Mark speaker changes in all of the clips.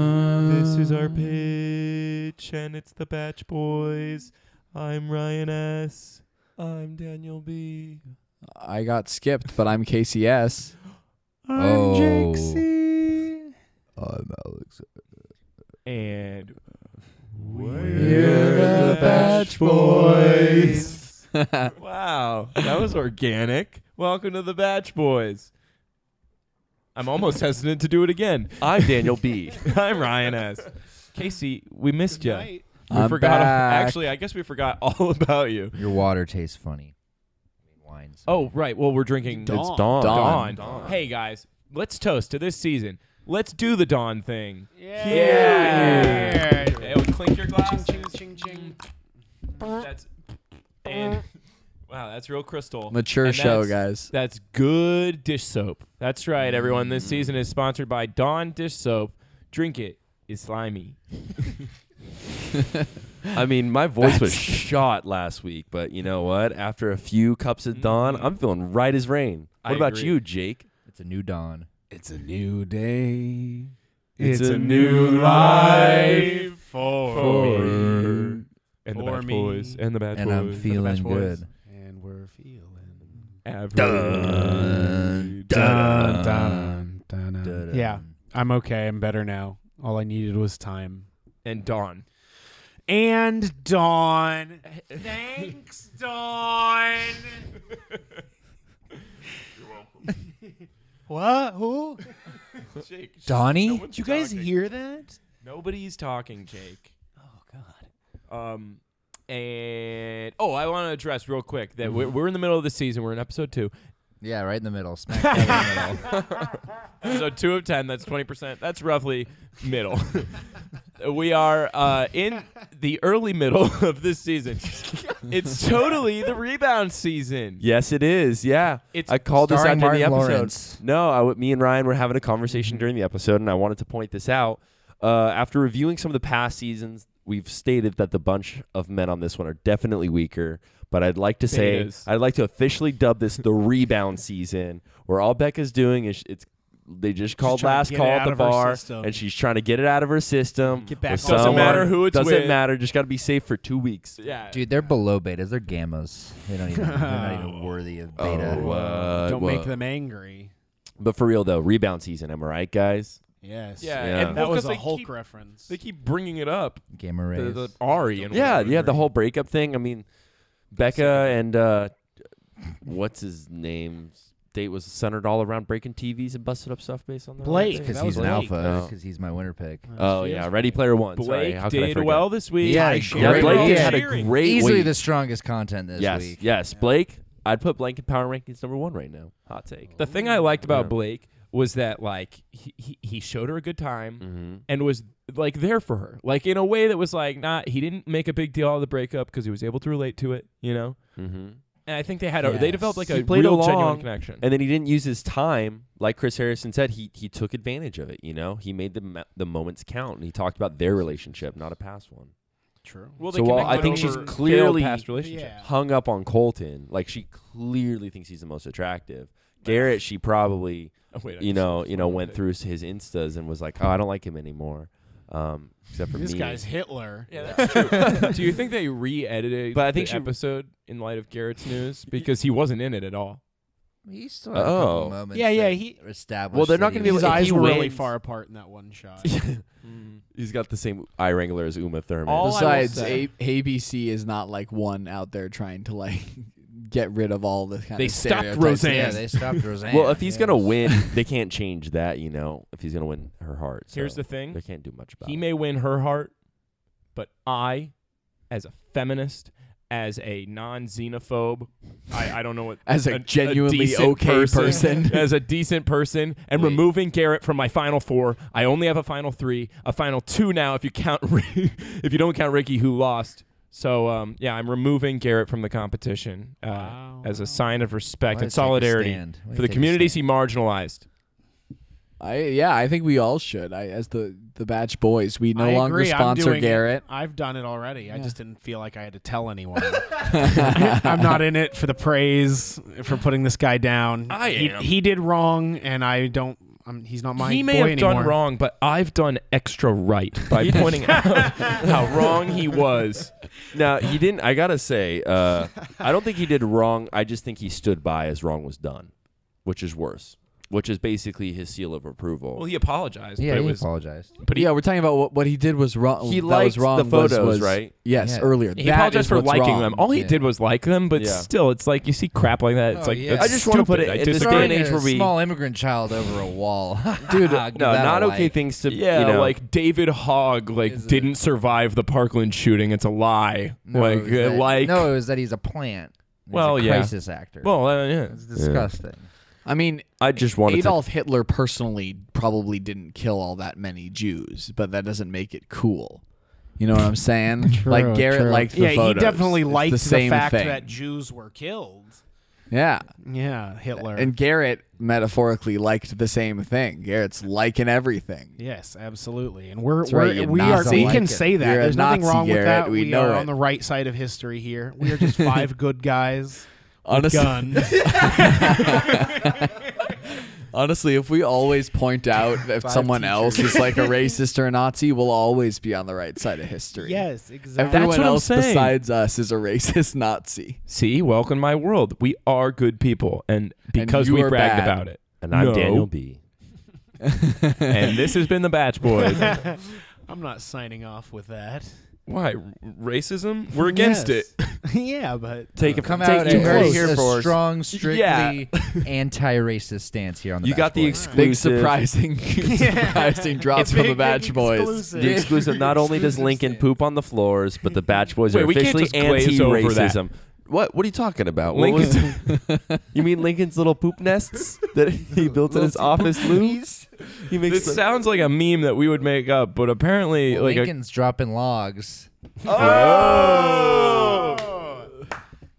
Speaker 1: This is our pitch, and it's the Batch Boys. I'm Ryan S. I'm Daniel B.
Speaker 2: I got skipped, but I'm KCS.
Speaker 1: I'm
Speaker 2: Oh.
Speaker 1: Jake C.
Speaker 2: I'm Alex.
Speaker 1: And
Speaker 2: We're the Batch Boys.
Speaker 1: wow, that was organic. Welcome to the Batch Boys. I'm almost hesitant to do it again. I'm Daniel B. I'm Ryan S. Casey, we missed you. We
Speaker 3: Night.
Speaker 2: I'm
Speaker 1: forgot.
Speaker 2: back.
Speaker 1: Actually, I guess we forgot all about you.
Speaker 4: Your water tastes funny. I mean, wine. so-
Speaker 1: Oh, right. Well, we're drinking.
Speaker 3: Dawn.
Speaker 1: It's dawn.
Speaker 2: Dawn.
Speaker 1: Hey, guys, let's toast to this season. Let's do the dawn thing.
Speaker 3: Yeah.
Speaker 1: Yeah. Hey, oh, clink your glass.
Speaker 3: Ching, ching, ching.
Speaker 1: That's and wow, that's real crystal.
Speaker 2: Mature
Speaker 1: And
Speaker 2: show,
Speaker 1: that's-
Speaker 2: guys.
Speaker 1: That's good dish soap. That's right, everyone. This
Speaker 5: Mm.
Speaker 1: season is sponsored by Dawn Dish Soap. Drink it. It's slimy.
Speaker 5: I mean, my voice was shot last week, but you know what? After a few cups of Dawn, I'm feeling right as rain.
Speaker 1: Mm.
Speaker 5: What
Speaker 1: I
Speaker 5: about
Speaker 1: agree.
Speaker 5: you, Jake?
Speaker 4: It's a new dawn.
Speaker 5: It's a new day.
Speaker 1: It's a
Speaker 5: new
Speaker 1: life
Speaker 3: for,
Speaker 1: me. And the
Speaker 3: For
Speaker 1: bad
Speaker 3: me.
Speaker 1: boys. And the bad
Speaker 4: And
Speaker 1: boys.
Speaker 4: I'm
Speaker 1: the Bad
Speaker 4: feeling
Speaker 1: Boys.
Speaker 4: good.
Speaker 3: And we're feeling.
Speaker 1: Average.
Speaker 4: Dun,
Speaker 5: Dun,
Speaker 3: dun, dun, dun.
Speaker 4: Da-da.
Speaker 3: Yeah, I'm okay. I'm better now. All I needed was time.
Speaker 1: And Dawn.
Speaker 3: And Dawn. Thanks, Dawn. what? Who?
Speaker 1: Jake, sh-
Speaker 4: Donnie?
Speaker 1: no one's
Speaker 4: Did you guys
Speaker 1: talking.
Speaker 4: hear that?
Speaker 1: Nobody's talking, Jake.
Speaker 4: Oh God.
Speaker 1: Um, and oh, I want to address real quick that
Speaker 4: Mm.
Speaker 1: we're, we're in the middle of the season. We're in episode two,
Speaker 4: Yeah, right in the middle. Smack dab in the middle.
Speaker 1: episode two of ten. That's twenty percent. That's roughly middle. we are uh, in the early middle of this season. it's totally the rebound season.
Speaker 5: Yes, it is. Yeah.
Speaker 1: It's
Speaker 5: I called this out
Speaker 4: Starring
Speaker 5: during the
Speaker 4: Martin
Speaker 5: episode.
Speaker 4: Lawrence.
Speaker 5: No, I w me and Ryan were having a conversation during the episode, and I wanted to point this out. Uh, after reviewing some of the past seasons, we've stated that the bunch of men on this one are definitely weaker. But I'd like to say
Speaker 1: is.
Speaker 5: I'd like to officially dub this the rebound season, where all Becca's doing is it's they just called
Speaker 3: trying to
Speaker 5: last
Speaker 3: get
Speaker 5: call
Speaker 3: it
Speaker 5: at
Speaker 3: out
Speaker 5: the
Speaker 3: of her
Speaker 5: bar,
Speaker 3: system.
Speaker 5: and she's trying to get it out of her system.
Speaker 3: Get back
Speaker 5: with
Speaker 3: on.
Speaker 1: Doesn't matter
Speaker 5: someone.
Speaker 1: who it's
Speaker 5: doesn't
Speaker 1: with.
Speaker 5: matter. Just got to be safe for two weeks.
Speaker 1: Yeah,
Speaker 4: Dude, they're below betas. They're gammas. They don't even. They're not even worthy of beta.
Speaker 5: Oh, uh,
Speaker 3: Don't
Speaker 5: well,
Speaker 3: make them angry.
Speaker 5: But for real though, rebound season. Am I right, guys?
Speaker 3: Yes.
Speaker 1: Yeah,
Speaker 5: Yeah.
Speaker 1: and
Speaker 3: That
Speaker 1: well, 'cause
Speaker 3: was a
Speaker 1: they
Speaker 3: Hulk
Speaker 1: keep-
Speaker 3: reference.
Speaker 1: They keep bringing it up.
Speaker 4: Gamma
Speaker 1: The,
Speaker 4: rays.
Speaker 1: the Ari and
Speaker 5: Yeah,
Speaker 1: whatever.
Speaker 5: yeah, the whole breakup thing. I mean, Becca and uh, what's his name? Date was centered all around breaking TVs and busted up stuff based on that.
Speaker 3: Blake.
Speaker 5: right?
Speaker 4: Because
Speaker 3: That
Speaker 4: he's
Speaker 3: was
Speaker 4: an
Speaker 3: Blake.
Speaker 4: alpha.
Speaker 5: No.
Speaker 4: Because he's my winner pick.
Speaker 5: Oh yeah, Ready Player One. Sorry,
Speaker 1: Blake
Speaker 5: how could I
Speaker 1: did
Speaker 5: forget?
Speaker 1: well this week.
Speaker 4: Yeah,
Speaker 1: Ty
Speaker 4: he
Speaker 1: Sheridan
Speaker 5: Yeah,
Speaker 4: Great
Speaker 5: Blake
Speaker 4: week.
Speaker 5: had a
Speaker 1: cheering.
Speaker 5: great
Speaker 4: Easily
Speaker 5: week.
Speaker 4: the strongest content this
Speaker 5: yes,
Speaker 4: week.
Speaker 5: yes, Blake. I'd put Blank in power rankings number one right now. Hot take.
Speaker 1: The thing I liked about
Speaker 5: Yeah.
Speaker 1: Blake was that like he, he he showed her a good time
Speaker 5: Mm-hmm.
Speaker 1: and was like there for her, like in a way that was like not he didn't make a big deal out of the breakup because he was able to relate to it, you know.
Speaker 5: Mm-hmm.
Speaker 1: And I think they had a, they
Speaker 4: Yes.
Speaker 1: developed like
Speaker 5: He
Speaker 1: a
Speaker 5: played
Speaker 1: real
Speaker 5: along
Speaker 1: genuine connection.
Speaker 5: And then he didn't use his time, like Chris Harrison said. He he took advantage of it. You know, he made the ma- the moments count, and he talked about their relationshep, not a past one.
Speaker 3: True.
Speaker 1: well,
Speaker 5: they so, well, connected I think she's over clearly-
Speaker 1: past relationship.
Speaker 3: Yeah.
Speaker 5: hung up on Colton. Like she clearly thinks he's the most attractive. Garrett, she probably
Speaker 1: Oh, wait, I
Speaker 5: you
Speaker 1: just-
Speaker 5: know you know went through his instas and was like, oh, I don't like him anymore. Um, except for
Speaker 3: This
Speaker 5: me.
Speaker 3: guy's Hitler.
Speaker 1: Yeah, that's true. Do you think they re-edited
Speaker 5: But I think
Speaker 1: the
Speaker 5: she-
Speaker 1: episode in light of Garrett's news because he wasn't in it at all?
Speaker 4: He still had a
Speaker 5: Oh.
Speaker 4: couple moments.
Speaker 3: Yeah, yeah,
Speaker 4: that
Speaker 3: he-
Speaker 4: established.
Speaker 5: Well, they're
Speaker 4: that
Speaker 5: not
Speaker 4: he
Speaker 5: gonna be
Speaker 4: was-
Speaker 3: His
Speaker 5: able- if
Speaker 3: eyes
Speaker 5: he
Speaker 3: were really
Speaker 5: wins-
Speaker 3: far apart in that one shot.
Speaker 5: he's got the same eye wrangler as Uma Thurman.
Speaker 1: All I will
Speaker 2: Besides,
Speaker 1: say-
Speaker 2: a- ABC is not like one out there trying to like get rid of all the kind
Speaker 1: They
Speaker 2: of
Speaker 1: stopped
Speaker 2: stereotypes.
Speaker 1: Roseanne.
Speaker 4: Yeah, they stopped Roseanne.
Speaker 5: well, if he's gonna
Speaker 4: yes.
Speaker 5: win, they can't change that. You know, if he's gonna win her heart. So
Speaker 1: Here's the thing:
Speaker 5: They can't do much about
Speaker 1: Hmm? He
Speaker 5: it.
Speaker 1: may win her heart, but I, as a feminist, as a non-xenophobe, I, I don't know what
Speaker 2: As a genuinely
Speaker 1: decent
Speaker 2: okay person.
Speaker 1: as a decent person, and
Speaker 4: Wait.
Speaker 1: removing Garrett from my final four. I only have a final three, a final two now. If you count, Ri- if you don't count Ricky, who lost. So um, yeah, I'm removing Garrett from the competition uh,
Speaker 3: Wow.
Speaker 1: as a sign of respect
Speaker 4: Why
Speaker 1: and
Speaker 4: take a
Speaker 1: solidarity
Speaker 4: stand? Why
Speaker 1: for the
Speaker 4: take a
Speaker 1: communities he
Speaker 4: stand?
Speaker 1: marginalized.
Speaker 2: I yeah, I think we all should. I as the the batch boys, we no
Speaker 3: I
Speaker 2: longer
Speaker 3: agree, I'm
Speaker 2: sponsor
Speaker 3: doing it.
Speaker 2: Garrett.
Speaker 3: I've done it already. I
Speaker 2: Yeah.
Speaker 3: just didn't feel like I had to tell anyone. I'm not in it for the praise for putting this guy down.
Speaker 1: I
Speaker 3: he,
Speaker 1: am.
Speaker 3: he did wrong, and I don't. I'm, he's not my
Speaker 1: he may
Speaker 3: boy
Speaker 1: have
Speaker 3: anymore.
Speaker 1: done wrong, but I've done extra right by pointing out how wrong he was.
Speaker 5: Now he didn't. I gotta say, uh, I don't think he did wrong. I just think he stood by as wrong was done, which is worse. Which is basically his seal of approval.
Speaker 1: Well, he apologized,
Speaker 4: Yeah,
Speaker 1: but it
Speaker 4: he
Speaker 1: was
Speaker 4: apologized.
Speaker 1: but he,
Speaker 2: yeah, we're talking about what, what he did was wrong.
Speaker 5: He
Speaker 2: that
Speaker 5: liked
Speaker 2: was wrong
Speaker 5: the
Speaker 2: was-
Speaker 5: photos,
Speaker 2: was-
Speaker 5: right?
Speaker 2: Yes,
Speaker 4: Yeah.
Speaker 2: earlier.
Speaker 1: he
Speaker 2: That
Speaker 1: apologized
Speaker 2: is
Speaker 1: for
Speaker 2: what's
Speaker 1: liking
Speaker 2: wrong.
Speaker 1: them. All he
Speaker 4: Yeah.
Speaker 1: did was like them, but
Speaker 5: Yeah.
Speaker 1: still, it's like you see crap like that. It's
Speaker 3: Oh,
Speaker 1: like
Speaker 3: yeah.
Speaker 1: that's
Speaker 5: I just wanna put
Speaker 1: stupid.
Speaker 5: it
Speaker 1: I
Speaker 5: at this
Speaker 1: disagree.
Speaker 5: day and
Speaker 4: Throwing
Speaker 5: age
Speaker 4: a
Speaker 5: where we-
Speaker 4: small immigrant child over a wall.
Speaker 2: Dude,
Speaker 4: Give
Speaker 5: no,
Speaker 4: that a
Speaker 5: not okay
Speaker 4: like.
Speaker 5: things to
Speaker 1: Yeah,
Speaker 5: you know,
Speaker 1: like David Hogg like
Speaker 4: Is it-
Speaker 1: didn't survive the Parkland shooting. It's a lie.
Speaker 4: No, it
Speaker 1: like
Speaker 4: was
Speaker 1: uh,
Speaker 4: that-
Speaker 1: like
Speaker 4: no, it was that he's a plant. He's
Speaker 1: Well,
Speaker 4: a
Speaker 1: yeah.
Speaker 4: crisis actor.
Speaker 1: well, uh, yeah.
Speaker 4: it's disgusting.
Speaker 2: I mean,
Speaker 5: I just wanted
Speaker 2: Adolf Hitler personally probably didn't kill all that many Jews, but that doesn't make it cool. You know what I'm saying?
Speaker 3: True,
Speaker 2: like Garrett
Speaker 3: true.
Speaker 2: liked the
Speaker 3: yeah, he
Speaker 2: photos.
Speaker 3: definitely
Speaker 2: It's the
Speaker 3: liked the,
Speaker 2: same
Speaker 3: fact
Speaker 2: thing.
Speaker 3: that Jews were killed.
Speaker 2: Yeah,
Speaker 3: Yeah, Hitler.
Speaker 2: and Garrett metaphorically liked the same thing. Garrett's liking everything.
Speaker 3: yes, absolutely. And we're,
Speaker 2: That's
Speaker 3: we're
Speaker 2: right, you
Speaker 3: we are
Speaker 2: Nazi.
Speaker 3: we
Speaker 2: Like
Speaker 3: can
Speaker 2: it.
Speaker 3: say that.
Speaker 2: You're a
Speaker 3: There's nothing
Speaker 2: Nazi,
Speaker 3: wrong with
Speaker 2: Garrett.
Speaker 3: that.
Speaker 2: We
Speaker 3: We,
Speaker 2: know
Speaker 3: are
Speaker 2: it.
Speaker 3: on the right side of history here. We are just five good guys.
Speaker 2: Honestly,
Speaker 3: Guns.
Speaker 2: honestly, if we always point out if
Speaker 3: Five
Speaker 2: someone
Speaker 3: teachers.
Speaker 2: else is like a racist or a Nazi, we'll always be on the right side of history.
Speaker 3: yes, exactly.
Speaker 2: Everyone
Speaker 1: That's what I'm
Speaker 2: else
Speaker 1: saying.
Speaker 2: besides us is a racist Nazi.
Speaker 1: see, welcome to my world. We are good people, and because
Speaker 2: you
Speaker 1: we
Speaker 2: are
Speaker 1: bragged
Speaker 2: bad.
Speaker 1: about it.
Speaker 5: to, and I'm
Speaker 1: No.
Speaker 5: Daniel B.
Speaker 1: and this has been the Batch Boys.
Speaker 3: I'm not signing off with that.
Speaker 1: Why racism? We're against it.
Speaker 3: yeah, but
Speaker 5: Take a
Speaker 4: Come
Speaker 5: take
Speaker 4: out
Speaker 5: you
Speaker 4: and
Speaker 5: heard
Speaker 4: very
Speaker 5: it here
Speaker 4: a
Speaker 5: for us.
Speaker 4: strong, strictly anti-racist stance here on the.
Speaker 5: You got the
Speaker 4: Bachelor.
Speaker 5: exclusive.
Speaker 2: Big surprising, surprising drop
Speaker 3: It's
Speaker 2: from the
Speaker 3: big,
Speaker 2: Batch
Speaker 3: big
Speaker 2: Boys.
Speaker 3: exclusive.
Speaker 5: The exclusive. Not only does Lincoln poop on the floors, but the Batch Boys
Speaker 1: Wait,
Speaker 5: are
Speaker 1: we can't
Speaker 5: officially
Speaker 1: just glaze over that.
Speaker 5: anti-racism. What? What are you talking about? What was-
Speaker 1: Lincoln,
Speaker 5: you mean Lincoln's little poop nests that he built in his office? Louis? He makes
Speaker 1: this sounds like a meme that we would make up, but apparently, like a,
Speaker 4: Lincoln's dropping logs.
Speaker 3: Oh!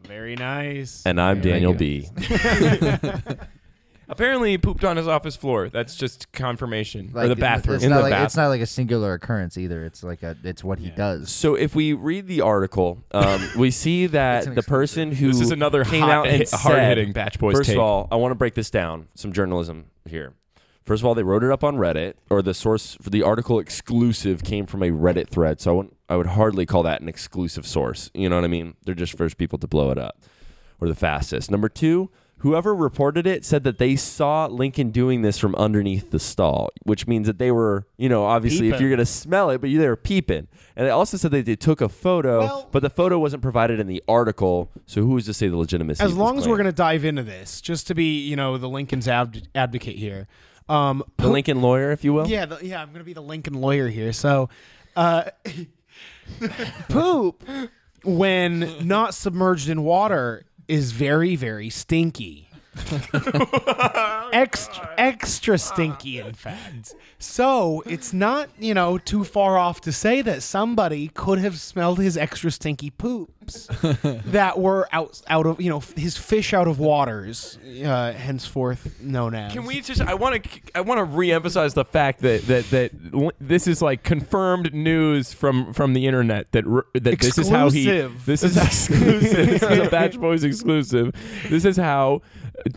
Speaker 3: very nice.
Speaker 5: And I'm
Speaker 4: Thank
Speaker 5: Daniel
Speaker 4: you.
Speaker 5: B.
Speaker 1: apparently he pooped on his office floor. That's just confirmation or the
Speaker 4: Like,
Speaker 1: bathroom
Speaker 4: It's
Speaker 1: in
Speaker 4: not
Speaker 1: the
Speaker 4: like,
Speaker 1: bathroom.
Speaker 4: It's not like a singular occurrence either. It's like a. It's what he does.
Speaker 5: So if we read the article, um, we see
Speaker 4: It's
Speaker 5: that
Speaker 4: an
Speaker 5: the person who
Speaker 1: this is another
Speaker 5: came
Speaker 1: hot,
Speaker 5: out and said-
Speaker 1: hard hitting Batch Boys.
Speaker 5: First
Speaker 1: take.
Speaker 5: of all, I want to break this down. Some journalism here. First of all, they wrote it up on Reddit, or the source for the article exclusive came from a Reddit thread. So I wouldn't, I would hardly call that an exclusive source. You know what I mean? They're just first people to blow it up, or the fastest. Number two, whoever reported it said that they saw Lincoln doing this from underneath the stall, which means that they were, you know, obviously if
Speaker 3: Peeping.
Speaker 5: you're gonna smell it, but you they were peeping. And they also said that they took a photo,
Speaker 3: Well-
Speaker 5: but the photo wasn't provided in the article. So who's to say the legitimacy?
Speaker 3: as
Speaker 5: of this
Speaker 3: long as we're
Speaker 5: claim?
Speaker 3: going to dive into this, just to be, you know, the Lincoln's ab- advocate here. Um,
Speaker 5: the Lincoln lawyer, if you will.
Speaker 3: Yeah, the, yeah, I'm going to be the Lincoln lawyer here. So, uh, poop, when not submerged in water, is very, very stinky. extra, extra stinky, in fact. So it's not, you know, too far off to say that somebody could have smelled his extra stinky poops that were out, out of, you know, his fish out of waters, uh, henceforth known as.
Speaker 1: Can we just? I want to. I want to reemphasize the fact that that that li- this is like confirmed news from from the internet that r- that this is how he.
Speaker 3: Exclusive.
Speaker 1: This is exclusive. this is a Batch Boys exclusive. This is how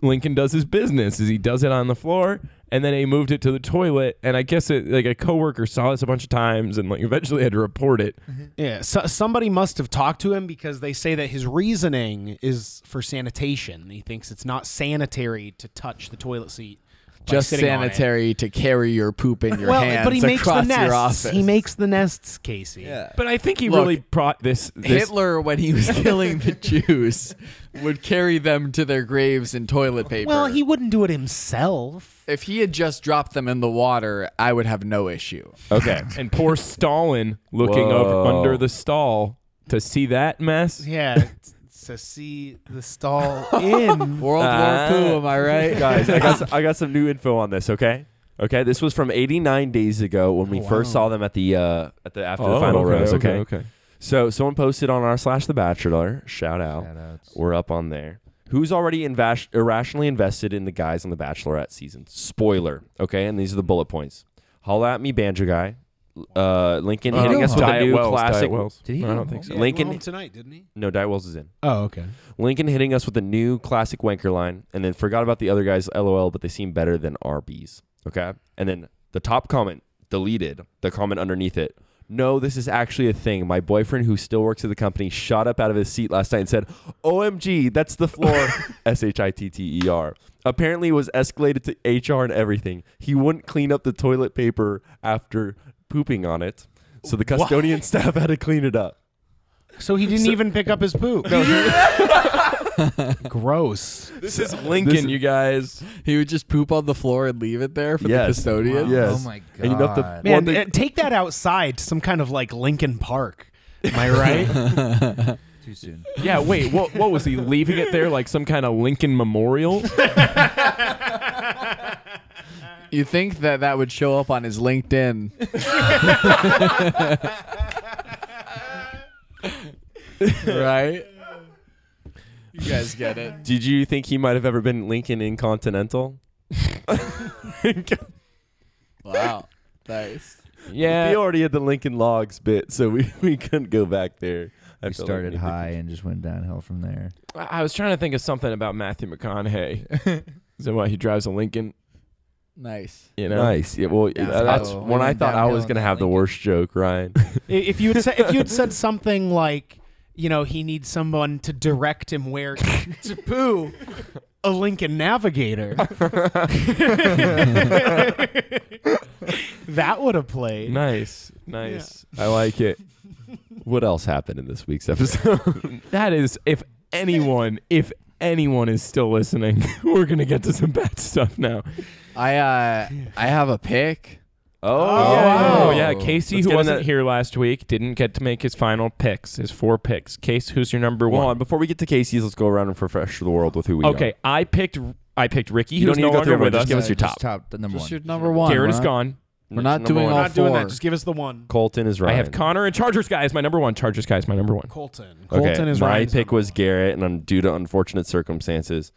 Speaker 1: Lincoln does his business. Is he does it on the floor. And then he moved it to the toilet, and I guess it, like a coworker saw this a bunch of times, and like eventually had to report it.
Speaker 3: Yeah, so, somebody must have talked to him because they say that his reasoning is for sanitation. He thinks it's not sanitary to touch the toilet seat. by
Speaker 2: Just
Speaker 3: sitting on it.
Speaker 2: sanitary to carry your poop in your
Speaker 3: Well,
Speaker 2: hands
Speaker 3: but he makes the
Speaker 2: across your
Speaker 3: nests.
Speaker 2: office.
Speaker 3: He makes the nests, Casey.
Speaker 2: Yeah.
Speaker 1: But I think he
Speaker 2: Look,
Speaker 1: really brought this. this
Speaker 2: Hitler, when he was killing the Jews, would carry them to their graves in toilet paper.
Speaker 3: Well, he wouldn't do it himself.
Speaker 2: If he had just dropped them in the water, I would have no issue.
Speaker 5: Okay.
Speaker 1: and poor Stalin looking over
Speaker 5: Whoa.
Speaker 1: under the stall to see that mess.
Speaker 3: Yeah, t- to see the stall in.
Speaker 2: World
Speaker 5: Ah.
Speaker 2: War Two, am I right?
Speaker 5: Guys, I got, some, I got some new info on this, okay? Okay, this was from 89 days ago when
Speaker 3: Oh,
Speaker 5: we first saw them at the uh, at the after the final rose, okay?
Speaker 1: okay.
Speaker 5: So someone posted on our slash the bachelor, shout out.
Speaker 4: Shoutouts.
Speaker 5: We're up on there. Who's already invas- irrationally invested in the guys on the bachelorette season? Spoiler, okay? And these are the bullet points. Holla at me banjo guy. Uh, Lincoln
Speaker 1: Oh,
Speaker 5: hitting us with a new classic.
Speaker 4: Did he go
Speaker 1: I don't
Speaker 4: home?
Speaker 1: think so.
Speaker 5: Lincoln
Speaker 3: tonight, didn't he?
Speaker 5: No, Diet Wells is in.
Speaker 3: Oh, okay.
Speaker 5: Lincoln hitting us with a new classic wanker line, and then forgot about the other guys, lol, but they seem better than RB's. Okay. And then the top comment deleted the comment underneath it. No, this is actually a thing. My boyfriend, who still works at the company, shot up out of his seat last night and said, OMG, that's the floor. S H I T T E R. Apparently, it was escalated to HR and everything. He wouldn't clean up the toilet paper after pooping on it. So the custodian staff had to clean it up.
Speaker 3: So he didn't even pick up his poop. Gross.
Speaker 1: This is Lincoln,
Speaker 5: This-
Speaker 1: you guys.
Speaker 2: He would just poop on the floor and leave it there for the
Speaker 5: Yes.
Speaker 2: custodian.
Speaker 5: Yes.
Speaker 4: Oh my god.
Speaker 5: And you know if the-
Speaker 4: Man,
Speaker 5: Well,
Speaker 3: Man,
Speaker 5: they-
Speaker 3: uh, take that outside to some kind of like Lincoln Park. Am I right?
Speaker 4: Too soon.
Speaker 1: Yeah, wait, what, what was he leaving it there like some kind of Lincoln memorial?
Speaker 2: You think that that would show up on his LinkedIn? right? You guys get it.
Speaker 5: Did you think he might have ever been Lincoln in Continental?
Speaker 2: Wow. Nice.
Speaker 5: We
Speaker 1: Yeah.
Speaker 5: already had the Lincoln Logs bit, so we, we couldn't go back there. I
Speaker 4: We
Speaker 5: feel like
Speaker 4: started
Speaker 5: we-
Speaker 4: high and just went downhill from there.
Speaker 1: I I was trying to think of something about Matthew McConaughey. Is that why he drives a Lincoln?
Speaker 2: Nice.
Speaker 1: You know?
Speaker 5: Nice. Yeah, well,
Speaker 2: Yeah,
Speaker 5: uh, that's
Speaker 2: so-
Speaker 5: when I thought I was
Speaker 4: Downhill
Speaker 5: going to have the
Speaker 4: Lincoln.
Speaker 5: worst joke, Ryan.
Speaker 3: I- if you had said, if you had said something like, you know, he needs someone to direct him where to poo, a Lincoln Navigator. that would have played.
Speaker 1: Nice. Nice.
Speaker 5: I like it. What else happened in this week's episode?
Speaker 1: That is, if anyone, if anyone is still listening, we're going to get to some bad stuff now.
Speaker 2: I uh I have a pick.
Speaker 5: Oh,
Speaker 1: Oh,
Speaker 2: wow.
Speaker 1: yeah. Casey,
Speaker 5: Let's
Speaker 1: who
Speaker 5: get
Speaker 1: wasn't
Speaker 5: into-
Speaker 1: here last week, didn't get to make his final picks, his four picks. Case, who's your number
Speaker 5: Well, hold
Speaker 1: one?
Speaker 5: on. Before we get to Casey's, let's go around and refresh the world with who we
Speaker 1: okay,
Speaker 5: are.
Speaker 1: I picked I picked Ricky,
Speaker 5: You
Speaker 1: who's
Speaker 5: don't
Speaker 1: no
Speaker 5: need to go through
Speaker 1: longer
Speaker 5: everyone,
Speaker 1: with
Speaker 5: just
Speaker 1: us.
Speaker 5: give us your
Speaker 4: just
Speaker 5: top.
Speaker 4: top the number
Speaker 2: Just
Speaker 4: one.
Speaker 2: your number one.
Speaker 1: Garrett
Speaker 2: we're
Speaker 1: is
Speaker 2: not-
Speaker 1: gone.
Speaker 2: We're not
Speaker 5: Number
Speaker 2: doing
Speaker 5: one.
Speaker 3: We're
Speaker 2: all
Speaker 3: not doing
Speaker 2: four.
Speaker 3: that. Just give us the one.
Speaker 5: Colton is Ryan.
Speaker 1: I have Connor and Chargers guy is my number one. Chargers guy is my number one.
Speaker 3: Colton.
Speaker 5: Okay,
Speaker 3: Colton is
Speaker 5: my
Speaker 3: Ryan's
Speaker 5: pick
Speaker 3: number
Speaker 5: was
Speaker 3: one.
Speaker 5: Garrett, and um, due to unfortunate circumstances,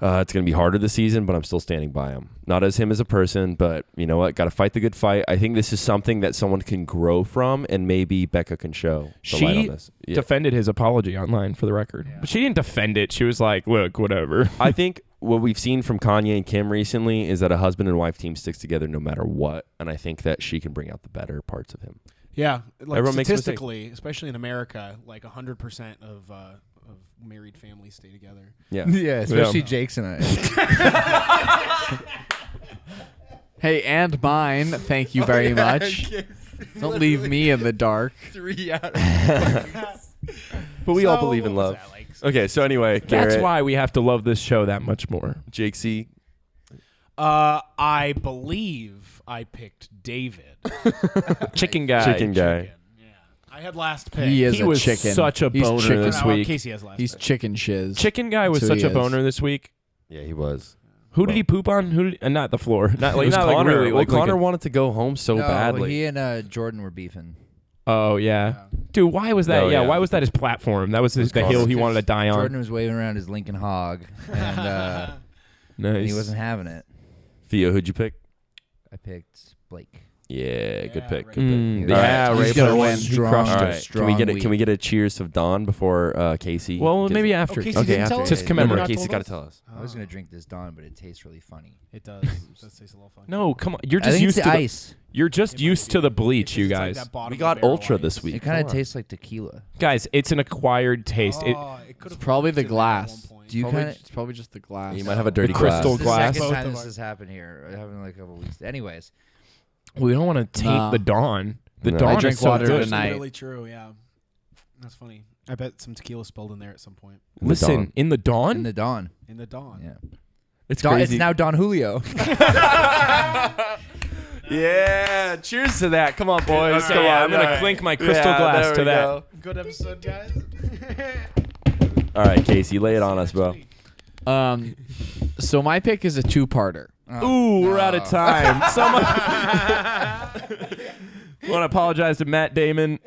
Speaker 5: uh, it's going to be harder this season. But I'm still standing by him. Not as him as a person, but you know what? Got to fight the good fight. I think this is something that someone can grow from, and maybe Becca can show. The light on
Speaker 1: She
Speaker 5: this. Yeah.
Speaker 1: Defended his apology online for the record, but she didn't defend it. She was like, "Look, whatever."
Speaker 5: I think what we've seen from Kanye and Kim recently is that a husband and wife team sticks together no matter what, and I think that she can bring out the better parts of him.
Speaker 3: Yeah, like
Speaker 5: Everyone makes a mistake.
Speaker 3: statistically, especially in America, like 100% of uh, of married families stay together.
Speaker 5: Yeah.
Speaker 4: yeah, especially Jake's and I.
Speaker 2: Hey, and mine. Thank you very much. Don't leave me in the dark.
Speaker 4: Three out.
Speaker 5: But we all
Speaker 3: So,
Speaker 5: believe in
Speaker 3: what
Speaker 5: love.
Speaker 3: was that, like,
Speaker 5: Okay, so anyway, Garrett,
Speaker 1: That's why we have to love this show that much more.
Speaker 5: Jake C.
Speaker 3: Uh, I believe I picked David.
Speaker 1: Chicken guy.
Speaker 5: Chicken guy.
Speaker 3: Chicken, yeah. I had last pick.
Speaker 2: He is
Speaker 1: He
Speaker 2: a
Speaker 1: was
Speaker 2: chicken.
Speaker 1: such a
Speaker 2: He's
Speaker 1: boner
Speaker 2: chicken.
Speaker 1: this
Speaker 3: No, well,
Speaker 1: week.
Speaker 3: Casey has last
Speaker 2: He's
Speaker 3: pick.
Speaker 2: chicken shiz.
Speaker 1: Chicken guy was
Speaker 2: That's
Speaker 1: such
Speaker 2: who he
Speaker 1: a
Speaker 2: is.
Speaker 1: boner this week.
Speaker 5: Yeah, he was.
Speaker 1: Who
Speaker 5: Well-
Speaker 1: did he poop on? Who? Did, uh, not the floor. Not like
Speaker 5: it was
Speaker 1: not
Speaker 5: Connor.
Speaker 1: like really.
Speaker 5: well,
Speaker 1: like
Speaker 5: Connor
Speaker 1: Lincoln.
Speaker 5: wanted to go home so badly.
Speaker 4: He and uh, Jordan were beefing.
Speaker 1: Oh yeah, dude. Why was that?
Speaker 5: Oh,
Speaker 1: yeah,
Speaker 5: yeah.
Speaker 1: Why was that his platform? That was, his, the
Speaker 5: Connor.
Speaker 1: hill he wanted to die on.
Speaker 4: Jordan was waving around his Lincoln Hog, and, uh,
Speaker 1: nice.
Speaker 4: and he wasn't having it.
Speaker 5: Theo, who'd you pick?
Speaker 4: I picked Blake.
Speaker 5: Yeah, good
Speaker 3: Yeah,
Speaker 5: pick.
Speaker 3: Ray
Speaker 5: Good pick.
Speaker 1: Mm,
Speaker 4: All
Speaker 1: yeah,
Speaker 4: right.
Speaker 1: Ray
Speaker 2: He's gonna
Speaker 1: Borg.
Speaker 2: win.
Speaker 4: He
Speaker 2: Strong.
Speaker 4: crushed
Speaker 5: All
Speaker 4: a
Speaker 5: right. Can we
Speaker 4: strong
Speaker 5: get a,
Speaker 4: week.
Speaker 5: can we get a cheers of dawn before uh, Casey?
Speaker 1: Well,
Speaker 5: gets
Speaker 1: maybe
Speaker 5: it?
Speaker 1: after.
Speaker 3: Casey
Speaker 5: Okay,
Speaker 3: didn't
Speaker 5: after.
Speaker 3: tell us?
Speaker 1: Just commemorate.
Speaker 3: Never not
Speaker 5: Casey
Speaker 3: told
Speaker 5: got to
Speaker 3: us?
Speaker 5: tell us.
Speaker 3: Oh.
Speaker 4: I was gonna drink this Dawn, but it tastes really funny.
Speaker 3: It does. It does taste a little funky.
Speaker 1: No, come on. You're
Speaker 4: I
Speaker 1: just
Speaker 4: think
Speaker 1: used
Speaker 4: it's
Speaker 1: to
Speaker 4: the
Speaker 1: the,
Speaker 4: ice.
Speaker 1: you're just
Speaker 3: It
Speaker 1: used
Speaker 3: might
Speaker 1: to
Speaker 3: be.
Speaker 1: the
Speaker 3: It's
Speaker 1: bleach, you
Speaker 3: just like
Speaker 1: guys.
Speaker 3: that bottom
Speaker 5: We
Speaker 3: of
Speaker 5: got
Speaker 3: the barrel
Speaker 5: ultra
Speaker 3: ice.
Speaker 5: this week.
Speaker 4: It kind
Speaker 1: Come
Speaker 4: of
Speaker 1: on.
Speaker 4: tastes like tequila.
Speaker 1: guys, it's an acquired taste. It,
Speaker 3: Oh, it could've
Speaker 2: probably the
Speaker 3: been there at one
Speaker 2: glass.
Speaker 3: point.
Speaker 4: Do you
Speaker 2: probably,
Speaker 4: kind of?
Speaker 2: it's probably just the glass.
Speaker 5: You might have a dirty
Speaker 1: crystal glass.
Speaker 5: glass.
Speaker 4: The
Speaker 3: Both
Speaker 4: second time
Speaker 3: of
Speaker 4: this
Speaker 3: our-
Speaker 4: has happened here. It happened like a couple weeks. Anyways,
Speaker 1: we don't want to taint
Speaker 2: Nah.
Speaker 1: the dawn. The
Speaker 5: No.
Speaker 1: dawn
Speaker 5: I
Speaker 1: is
Speaker 2: drink
Speaker 1: so
Speaker 2: water
Speaker 1: good.
Speaker 3: That's
Speaker 2: tonight.
Speaker 3: Really true. Yeah, that's funny. I bet some tequila spilled in there at some point
Speaker 5: The
Speaker 1: Listen,
Speaker 5: dawn.
Speaker 1: in the dawn,
Speaker 4: in the Dawn.
Speaker 3: in the dawn.
Speaker 4: Yeah.
Speaker 5: It's
Speaker 4: Don, it's
Speaker 5: crazy.
Speaker 4: now Don Julio.
Speaker 5: yeah, cheers to that. Come on, boys.
Speaker 1: Okay, I'm gonna clink my crystal glass to that.
Speaker 3: Good episode, guys.
Speaker 5: All right, Casey, lay it on us, bro.
Speaker 2: Um, so my pick is a two-parter.
Speaker 1: Ooh, we're out of time. Someone want to apologize to Matt Damon.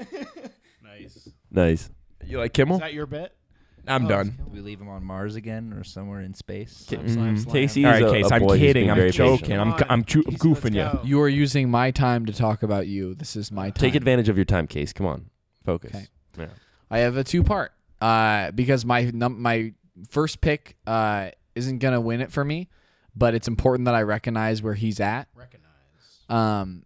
Speaker 3: nice. Is
Speaker 5: Nice.
Speaker 1: You like Kimmel?
Speaker 3: that your bet?
Speaker 1: Mm-hmm. I'm done. Mm.
Speaker 4: Do we leave him on Mars again or somewhere in space?
Speaker 3: Slap, slap, slap.
Speaker 5: Casey,
Speaker 1: All right,
Speaker 5: He's a-
Speaker 1: Case.
Speaker 5: a
Speaker 1: I'm
Speaker 5: boy who's
Speaker 1: kidding.
Speaker 5: been
Speaker 1: I'm
Speaker 5: very patient.
Speaker 1: joking. I'm
Speaker 3: Come on.
Speaker 1: I'm, chu- I'm
Speaker 3: Casey, let's
Speaker 1: goofing you.
Speaker 3: go.
Speaker 2: You are using my time to talk about you. This is my time.
Speaker 5: Take advantage of your time, Case. Come on, focus.
Speaker 2: Okay.
Speaker 5: Yeah.
Speaker 2: I have a two-part. Uh, because my num- my first pick uh isn't gonna win it for me, but it's important that I recognize where he's at. Recognize. Um,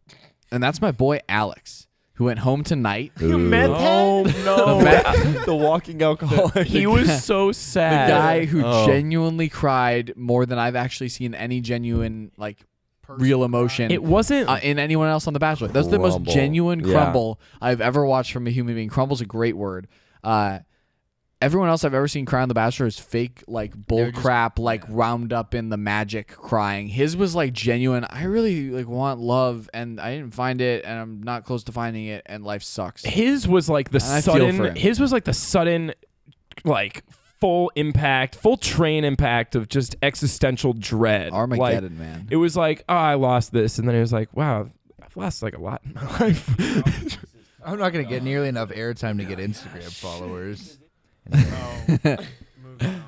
Speaker 2: and that's my boy Alex, who went home tonight.
Speaker 3: You meant
Speaker 1: Oh no!
Speaker 5: the, walking alcoholic.
Speaker 1: he was so
Speaker 2: The
Speaker 1: sad.
Speaker 2: guy who
Speaker 5: Oh.
Speaker 2: genuinely cried more than I've actually seen any genuine, like, real emotion.
Speaker 1: It wasn't.
Speaker 2: uh, in anyone else on The Bachelor. That's the most
Speaker 5: Crumble.
Speaker 2: genuine
Speaker 5: Yeah.
Speaker 2: crumble I've ever watched from a human being. Crumble's a great word. Uh, everyone else I've ever seen cry on The Bachelor is fake, like bull crap, like round up in the magic crying. His was like genuine. I really like want love, and I didn't find it, and I'm not close to finding it, and life sucks.
Speaker 1: his was like the
Speaker 2: I feel for him.
Speaker 1: sudden. His was like the sudden, like full impact, full train impact of just existential dread. Like,
Speaker 2: Armageddon, man.
Speaker 1: it was like, oh, I lost this, and then it was like, wow, I've lost like a lot in my life.
Speaker 4: I'm not gonna get nearly enough airtime to get Instagram followers.
Speaker 3: Moving on.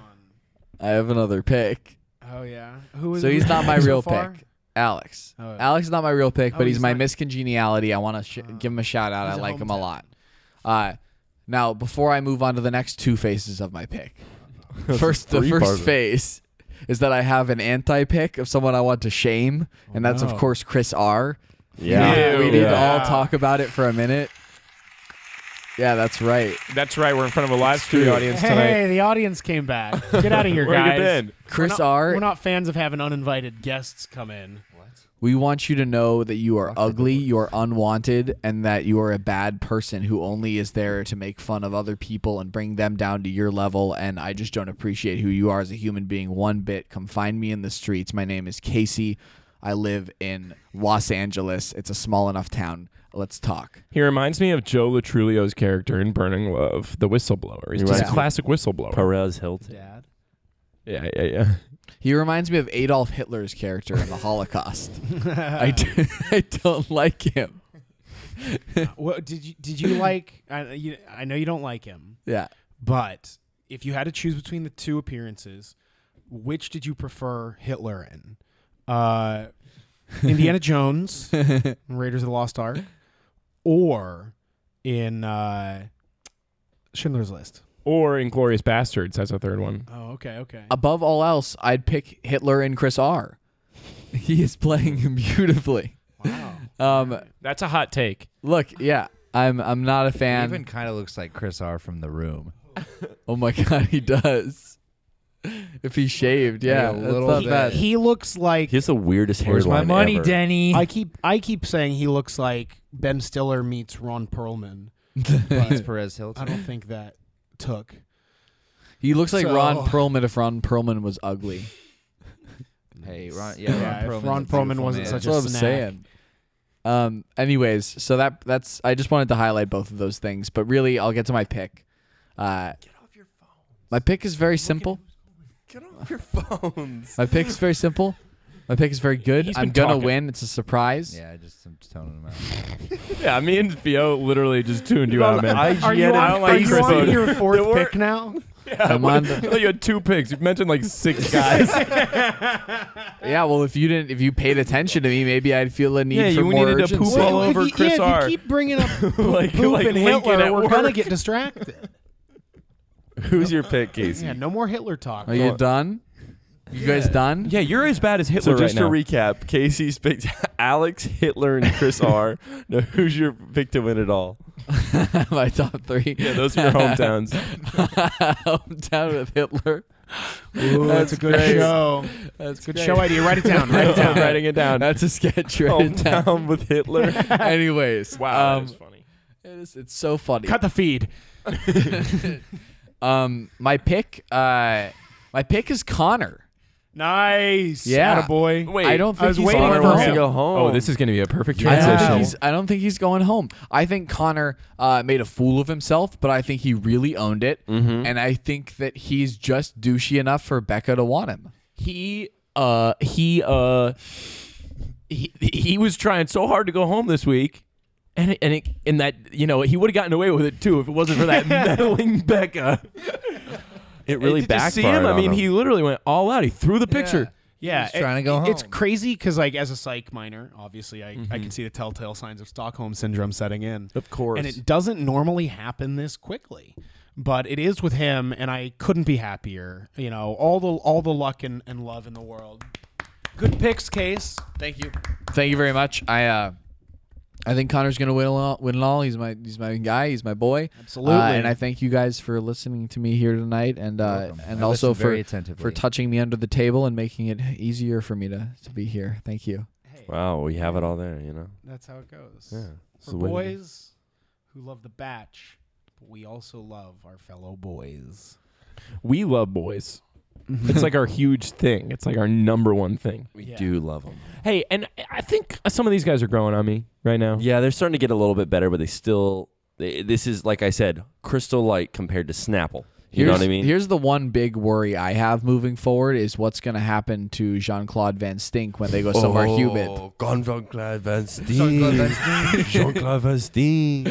Speaker 2: I have another pick.
Speaker 3: Oh yeah. Who is
Speaker 2: So he's not my
Speaker 3: so
Speaker 2: real
Speaker 3: far?
Speaker 2: pick. Alex.
Speaker 3: Oh.
Speaker 2: Alex is not my real pick,
Speaker 3: Oh,
Speaker 2: but he's,
Speaker 3: he's
Speaker 2: my
Speaker 3: not- Uh,
Speaker 2: miscongeniality. I want to sh- give him a shout out. I
Speaker 3: he's a
Speaker 2: like him a
Speaker 3: hometown.
Speaker 2: lot. Uh, now, before I move on to the next two phases of my pick, first the
Speaker 5: three
Speaker 2: first
Speaker 5: parter.
Speaker 2: phase is that I have an anti pick of someone I want to shame, and that's of
Speaker 3: Oh, no.
Speaker 2: course Chris R.
Speaker 5: Yeah.
Speaker 2: we
Speaker 1: Ew.
Speaker 2: need to
Speaker 5: Yeah.
Speaker 2: all talk about it for a minute. Yeah, that's right.
Speaker 1: That's right. We're in front of a live studio
Speaker 2: true.
Speaker 1: audience
Speaker 3: Hey,
Speaker 1: tonight.
Speaker 3: hey, the audience came back. Get out of here,
Speaker 1: Where you
Speaker 3: guys.
Speaker 1: been?
Speaker 2: Chris
Speaker 3: we're not,
Speaker 2: R,
Speaker 3: We're not fans of having uninvited guests come in.
Speaker 2: we want you to know that you are
Speaker 4: Rock the
Speaker 2: ugly,
Speaker 4: doors.
Speaker 2: you are unwanted, and that you are a bad person who only is there to make fun of other people and bring them down to your level. And I just don't appreciate who you are as a human being one bit. Come find me in the streets. My name is Casey. I live in Los Angeles. It's a small enough town. Let's talk.
Speaker 1: He reminds me of Joe Latrulio's character in Burning Love, the whistleblower. He's
Speaker 5: He
Speaker 1: just a
Speaker 5: reminds
Speaker 1: classic
Speaker 5: me-
Speaker 1: whistleblower.
Speaker 5: Perez Hilton.
Speaker 3: Dad.
Speaker 1: yeah, yeah, yeah.
Speaker 2: He reminds me of Adolf Hitler's character in the Holocaust. I, do, I don't like him.
Speaker 3: Uh, What did you did you like? I, you, I know you don't like him,
Speaker 2: Yeah.
Speaker 3: but if you had to choose between the two appearances, which did you prefer Hitler in? Uh, Indiana Jones, in Raiders of the Lost Ark, or in uh, Schindler's List?
Speaker 1: Or Inglorious Bastards as a third one.
Speaker 3: Oh, okay, okay.
Speaker 2: above all else, I'd pick Hitler and Chris R. He is playing him beautifully.
Speaker 3: Wow.
Speaker 2: Um,
Speaker 1: That's a hot take.
Speaker 2: look, yeah, I'm I'm not a
Speaker 4: He
Speaker 2: fan.
Speaker 4: even kind of looks like Chris R from The Room.
Speaker 2: oh my god, he does. If he shaved, yeah,
Speaker 4: a
Speaker 2: that's
Speaker 4: little
Speaker 2: not
Speaker 4: bit.
Speaker 2: bad.
Speaker 3: He looks like
Speaker 5: He has the weirdest
Speaker 4: Where's my
Speaker 5: hairline
Speaker 4: money,
Speaker 5: ever.
Speaker 4: Denny?
Speaker 3: I keep I keep saying he looks like Ben Stiller meets Ron Perlman.
Speaker 4: It's
Speaker 3: But
Speaker 4: Perez
Speaker 3: I
Speaker 4: Hilton.
Speaker 3: don't think that took.
Speaker 2: He looks like Ron
Speaker 3: So-
Speaker 2: Perlman if Ron Perlman was ugly.
Speaker 4: Hey, Ron, yeah,
Speaker 3: Yeah, if
Speaker 4: Ron Perlman's
Speaker 3: Ron
Speaker 4: a
Speaker 3: Perlman
Speaker 4: beautiful
Speaker 3: wasn't
Speaker 4: man.
Speaker 3: such
Speaker 2: That's
Speaker 3: a
Speaker 2: what I'm
Speaker 3: snack.
Speaker 2: saying. Um. Anyways, so that that's I just wanted to highlight both of those things, but really, I'll get to my pick. Uh, get off your phone. My pick is very simple.
Speaker 5: Get off your phones.
Speaker 2: My pick's very simple. My pick is very good.
Speaker 1: He's been
Speaker 2: I'm gonna
Speaker 1: talking.
Speaker 2: win. It's a surprise.
Speaker 4: Yeah, I just am toning him out.
Speaker 1: Yeah, me and Theo literally just tuned you out, man.
Speaker 3: Are you
Speaker 1: I
Speaker 3: on,
Speaker 1: don't
Speaker 3: are
Speaker 1: like
Speaker 3: you
Speaker 1: Chris
Speaker 3: on
Speaker 1: Oden.
Speaker 3: your fourth
Speaker 1: wor-
Speaker 3: pick now?
Speaker 2: I'm on the-
Speaker 1: you had two picks. You've mentioned like six guys.
Speaker 2: yeah. Well, if you didn't, if you paid attention to me, maybe I'd feel a need
Speaker 1: Yeah,
Speaker 2: for
Speaker 1: you
Speaker 2: more
Speaker 1: needed to
Speaker 2: urgency.
Speaker 1: poop Well, all
Speaker 3: if
Speaker 1: over
Speaker 3: you,
Speaker 1: Chris
Speaker 3: yeah,
Speaker 1: R.
Speaker 3: If you keep bringing up poop
Speaker 1: like, like Lincoln
Speaker 3: and Hitler,
Speaker 1: at
Speaker 3: we're
Speaker 1: work.
Speaker 3: gonna get distracted.
Speaker 5: Who's your pick, Casey?
Speaker 3: yeah, no more Hitler talk.
Speaker 2: Are you done? You guys done?
Speaker 1: yeah, you're as bad as
Speaker 5: So
Speaker 1: Hitler
Speaker 5: just
Speaker 1: right now.
Speaker 5: to recap, Casey's picked Alex, Hitler, and Chris R. Now, who's your pick to win it all?
Speaker 2: my top three.
Speaker 5: Yeah, those are your hometowns.
Speaker 2: I'm down with Hitler.
Speaker 3: Ooh, that's, a good
Speaker 2: great.
Speaker 3: show.
Speaker 2: That's
Speaker 3: Good
Speaker 2: great.
Speaker 3: show idea. Write it down. Write it
Speaker 1: I'm
Speaker 3: down.
Speaker 1: writing it down.
Speaker 2: That's a sketch right in town.
Speaker 5: Hometown with Hitler.
Speaker 2: Anyways,
Speaker 1: wow,
Speaker 2: um,
Speaker 1: that is funny.
Speaker 2: it is, it's so funny.
Speaker 3: Cut the feed.
Speaker 2: Um, my pick, uh, my pick is Connor.
Speaker 3: Nice.
Speaker 2: Yeah.
Speaker 3: boy.
Speaker 1: Wait,
Speaker 2: I don't think
Speaker 3: I was
Speaker 2: he's
Speaker 3: waiting
Speaker 2: going
Speaker 3: for
Speaker 2: home.
Speaker 3: him.
Speaker 5: to go home.
Speaker 1: Oh, this is going to be a perfect
Speaker 2: I don't,
Speaker 1: transition.
Speaker 2: think he's, I don't think he's going home. I think Connor uh, made a fool of himself, but I think he really owned it.
Speaker 4: Mm-hmm.
Speaker 2: And I think that he's just douchey enough for Becca to want him.
Speaker 1: he uh he uh he, he was trying so hard to go home this week and it, and it, and that you know he would have gotten away with it too if it wasn't for that meddling Becca.
Speaker 5: it
Speaker 1: Did
Speaker 5: really
Speaker 1: you
Speaker 5: backfired.
Speaker 1: see him? I
Speaker 5: on
Speaker 1: mean, he literally went all out. He threw the picture.
Speaker 3: Yeah,
Speaker 4: He's trying to go
Speaker 3: It's
Speaker 4: home.
Speaker 3: crazy because, like, as a psych minor, obviously, I, I can see the telltale signs of Stockholm syndrome setting in.
Speaker 1: Of course.
Speaker 3: and it doesn't normally happen this quickly, but it is with him, and I couldn't be happier. You know, all the all the luck and, and love in the world. Good picks, Case.
Speaker 2: Thank you. Thank you very much. I uh, I think Connor's gonna win it all. Win it all. He's my he's my guy. He's my boy.
Speaker 3: Absolutely.
Speaker 2: Uh, and I thank you guys for listening to me here tonight, and uh,
Speaker 4: welcome.
Speaker 2: and
Speaker 4: I
Speaker 2: also
Speaker 4: listened very
Speaker 2: for
Speaker 4: attentively.
Speaker 2: for touching me under the table and making it easier for me to to be here. Thank you.
Speaker 5: Wow, we have it all there, you know.
Speaker 3: That's how it goes.
Speaker 5: Yeah. It's
Speaker 3: For
Speaker 5: the way-
Speaker 3: boys who love the batch, but we also love our fellow boys.
Speaker 1: We love boys. it's like our huge thing. It's like our number one thing.
Speaker 5: We
Speaker 3: Yeah.
Speaker 5: do love them.
Speaker 1: Hey, and I think some of these guys are growing on me right now.
Speaker 5: Yeah, they're starting to get a little bit better, but they still. They, this is like I said, crystal light compared to Snapple. You know
Speaker 2: Here's-
Speaker 5: what I mean?
Speaker 2: Here's the one big worry I have moving forward is what's going to happen to Jean Claude Van Stink when they go somewhere humid.
Speaker 5: Gone from Clive Van Steen. Jean Claude Van Steen.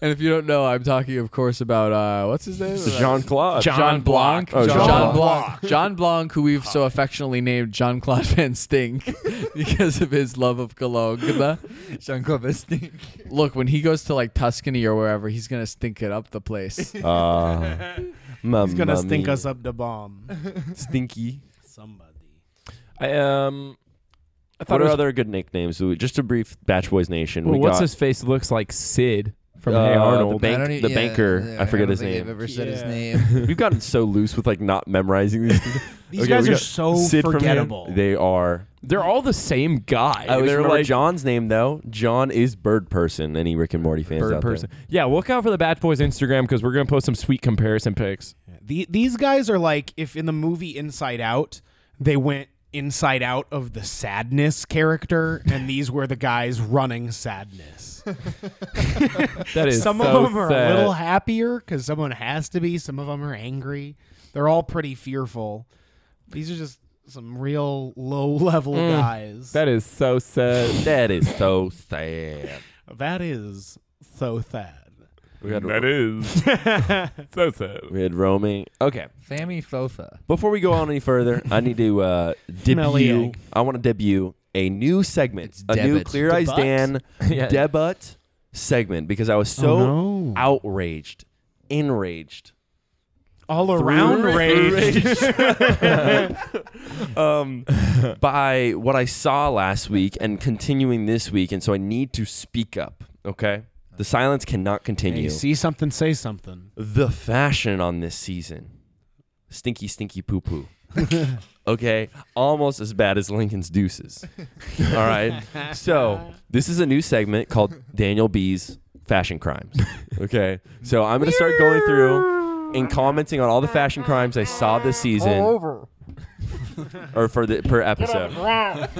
Speaker 2: And if you don't know, I'm talking, of course, about uh, what's his name?
Speaker 5: Jean Claude.
Speaker 2: John Blanc.
Speaker 5: Oh,
Speaker 2: John,
Speaker 5: John
Speaker 2: Blanc. John Blanc, who we've so affectionately named Jean Claude Van Stink because of his love of cologne.
Speaker 4: Jean Claude Van Stink.
Speaker 2: Look, when he goes to like Tuscany or wherever, he's gonna stink it up the place.
Speaker 5: Uh,
Speaker 3: He's gonna stink us up the bomb.
Speaker 5: Stinky.
Speaker 3: Somebody.
Speaker 1: I, um, I thought
Speaker 5: What
Speaker 1: it
Speaker 5: are
Speaker 1: was,
Speaker 5: other good nicknames? We- Just a brief Batch Boys Nation.
Speaker 1: well,
Speaker 5: we
Speaker 1: what's
Speaker 5: got,
Speaker 1: his face looks like Sid from
Speaker 5: Uh,
Speaker 1: Hey
Speaker 5: the
Speaker 1: Arnold.
Speaker 5: Bank-
Speaker 4: I don't e-
Speaker 5: the banker. I
Speaker 4: don't
Speaker 5: forget his
Speaker 4: think
Speaker 5: name.
Speaker 4: I've ever said his
Speaker 3: Yeah.
Speaker 4: name.
Speaker 5: We've gotten so loose with like not memorizing these. things.
Speaker 3: These
Speaker 5: Okay,
Speaker 3: guys
Speaker 5: we
Speaker 3: are
Speaker 5: got
Speaker 3: so
Speaker 5: Sid from him.
Speaker 3: forgettable.
Speaker 5: They are.
Speaker 1: They're all the same guy.
Speaker 5: I always
Speaker 1: They're
Speaker 5: remember
Speaker 1: like
Speaker 5: John's name though. John is Bird Person. Any Rick and Morty fans
Speaker 1: bird
Speaker 5: out
Speaker 1: person. Yeah, look out for the Bat Boys Instagram because we're gonna post some sweet comparison pics.
Speaker 3: The, these guys are like if in the movie Inside Out, they went inside out of the sadness character, and these were the guys running sadness.
Speaker 1: That is
Speaker 3: some
Speaker 1: so
Speaker 3: of them are
Speaker 1: sad.
Speaker 3: a little happier because someone has to be. Some of them are angry. They're all pretty fearful. These are just some real low level guys.
Speaker 1: That is so sad.
Speaker 5: there? That is so sad.
Speaker 3: that is so sad.
Speaker 5: We had
Speaker 1: is so sad.
Speaker 5: we had roaming. Okay.
Speaker 4: Fami Fofa.
Speaker 5: Before we go on any further, I need to uh,
Speaker 3: Smelly
Speaker 5: debut.
Speaker 3: egg.
Speaker 5: I want to debut a new segment,
Speaker 4: It's
Speaker 5: a new
Speaker 4: debut.
Speaker 5: Clear Eyes
Speaker 3: Debut?
Speaker 5: Dan
Speaker 1: Yeah.
Speaker 5: debut segment because I was so
Speaker 3: Oh, no.
Speaker 5: outraged, enraged
Speaker 3: All around rage.
Speaker 5: um, by what I saw last week and continuing this week, and so I need to speak up. Okay, the silence cannot
Speaker 3: Hey,
Speaker 5: continue.
Speaker 3: see something, say something.
Speaker 5: the fashion on this season, stinky, stinky, poo poo. okay, almost as bad as Lincoln's Deuces. All right, so this is a new segment called Daniel B's Fashion Crimes. Okay, so I'm gonna start going through and commenting on all the fashion crimes I saw this season
Speaker 3: Over.
Speaker 5: or for the per episode.
Speaker 3: Plant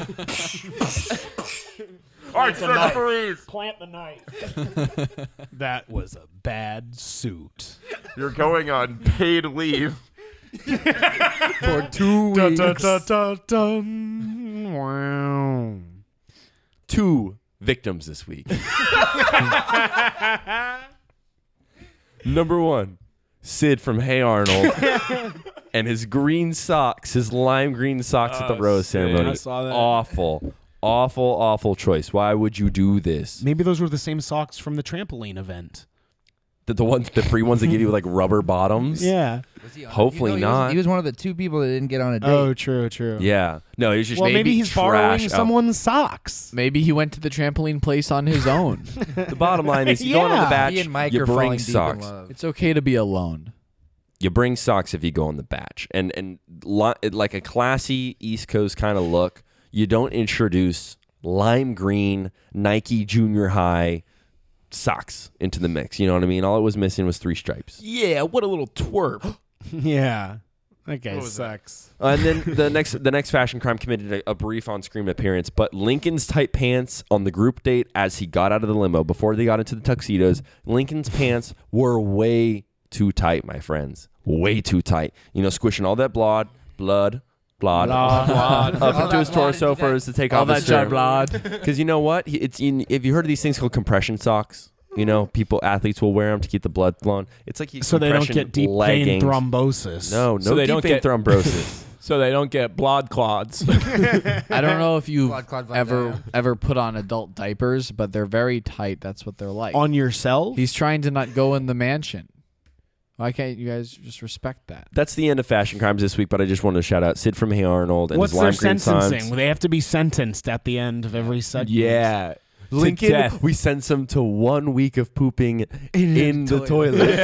Speaker 3: the knife. that was a bad suit.
Speaker 6: You're going on paid leave.
Speaker 2: For two
Speaker 3: Dun,
Speaker 2: weeks.
Speaker 3: dun, dun, dun, dun. Wow.
Speaker 5: Two victims this week. Number one, Sid from Hey Arnold and his green socks, his lime green socks at the rose ceremony.
Speaker 3: Oh, I saw that.
Speaker 5: Awful, awful, awful choice. Why would you do this?
Speaker 3: Maybe those were the same socks from the trampoline event.
Speaker 5: The, the ones, the free ones that give you like rubber bottoms.
Speaker 3: Yeah.
Speaker 5: Hopefully
Speaker 4: You know, he was-
Speaker 5: not.
Speaker 4: He was one of the two people that didn't get on a date.
Speaker 3: Oh, true, true.
Speaker 5: Yeah. No, it was just
Speaker 3: Well, maybe,
Speaker 5: maybe
Speaker 3: he's
Speaker 5: trash
Speaker 3: borrowing
Speaker 5: out-
Speaker 3: someone's socks.
Speaker 2: Maybe he went to the trampoline place on his own.
Speaker 5: The bottom line is you go on the
Speaker 3: Yeah.
Speaker 5: batch,
Speaker 4: he and Mike
Speaker 5: you
Speaker 4: are
Speaker 5: bring
Speaker 4: falling deep
Speaker 5: socks.
Speaker 4: in love.
Speaker 2: it's okay to be alone.
Speaker 5: you bring socks if you go on the batch and and li- like a classy east coast kind of look you don't introduce lime green nike junior high socks into the mix you know what i mean all it was missing was three stripes
Speaker 1: Yeah, what a little twerp.
Speaker 3: yeah. That guy sucks.
Speaker 5: Uh, and then the next the next fashion crime committed a, a brief on screen appearance, but Lincoln's tight pants on the group date as he got out of the limo before they got into the tuxedos. Lincoln's pants were way too tight, my friends. Way too tight. You know, squishing all that blood, blood, blood, up
Speaker 4: All
Speaker 5: into
Speaker 4: that
Speaker 5: his
Speaker 4: blood
Speaker 5: torso
Speaker 4: into
Speaker 5: for
Speaker 4: that-
Speaker 5: us to take
Speaker 2: All
Speaker 5: off
Speaker 2: that
Speaker 5: his shirt.
Speaker 2: jar blood.
Speaker 5: Because you know what? He- It's in, have you heard of these things called compression socks? You know, people athletes will wear them to keep the blood flowing. It's like you
Speaker 3: So they don't
Speaker 5: compression
Speaker 3: get deep vein
Speaker 5: leggings.
Speaker 3: thrombosis.
Speaker 5: No, no
Speaker 1: So they
Speaker 5: deep
Speaker 1: don't
Speaker 5: vein
Speaker 1: get-
Speaker 5: thrombosis.
Speaker 1: So they don't get blood clods.
Speaker 2: I don't know if you've
Speaker 4: Claude, Claude Van
Speaker 2: ever
Speaker 4: Damme.
Speaker 2: ever put on adult diapers, but they're very tight. That's what they're like.
Speaker 3: On yourself?
Speaker 2: He's trying to not go in the mansion. Why can't you guys just respect that?
Speaker 5: That's the end of Fashion Crimes this week, but I just wanted to shout out Sid from Hey Arnold and
Speaker 3: What's
Speaker 5: his
Speaker 3: their
Speaker 5: lime green
Speaker 3: sentencing?
Speaker 5: Signs.
Speaker 3: Well, they have to be sentenced at the end of every segment.
Speaker 5: Yeah. Lincoln,
Speaker 1: death.
Speaker 5: we sentence him to one week of pooping in, the toilet.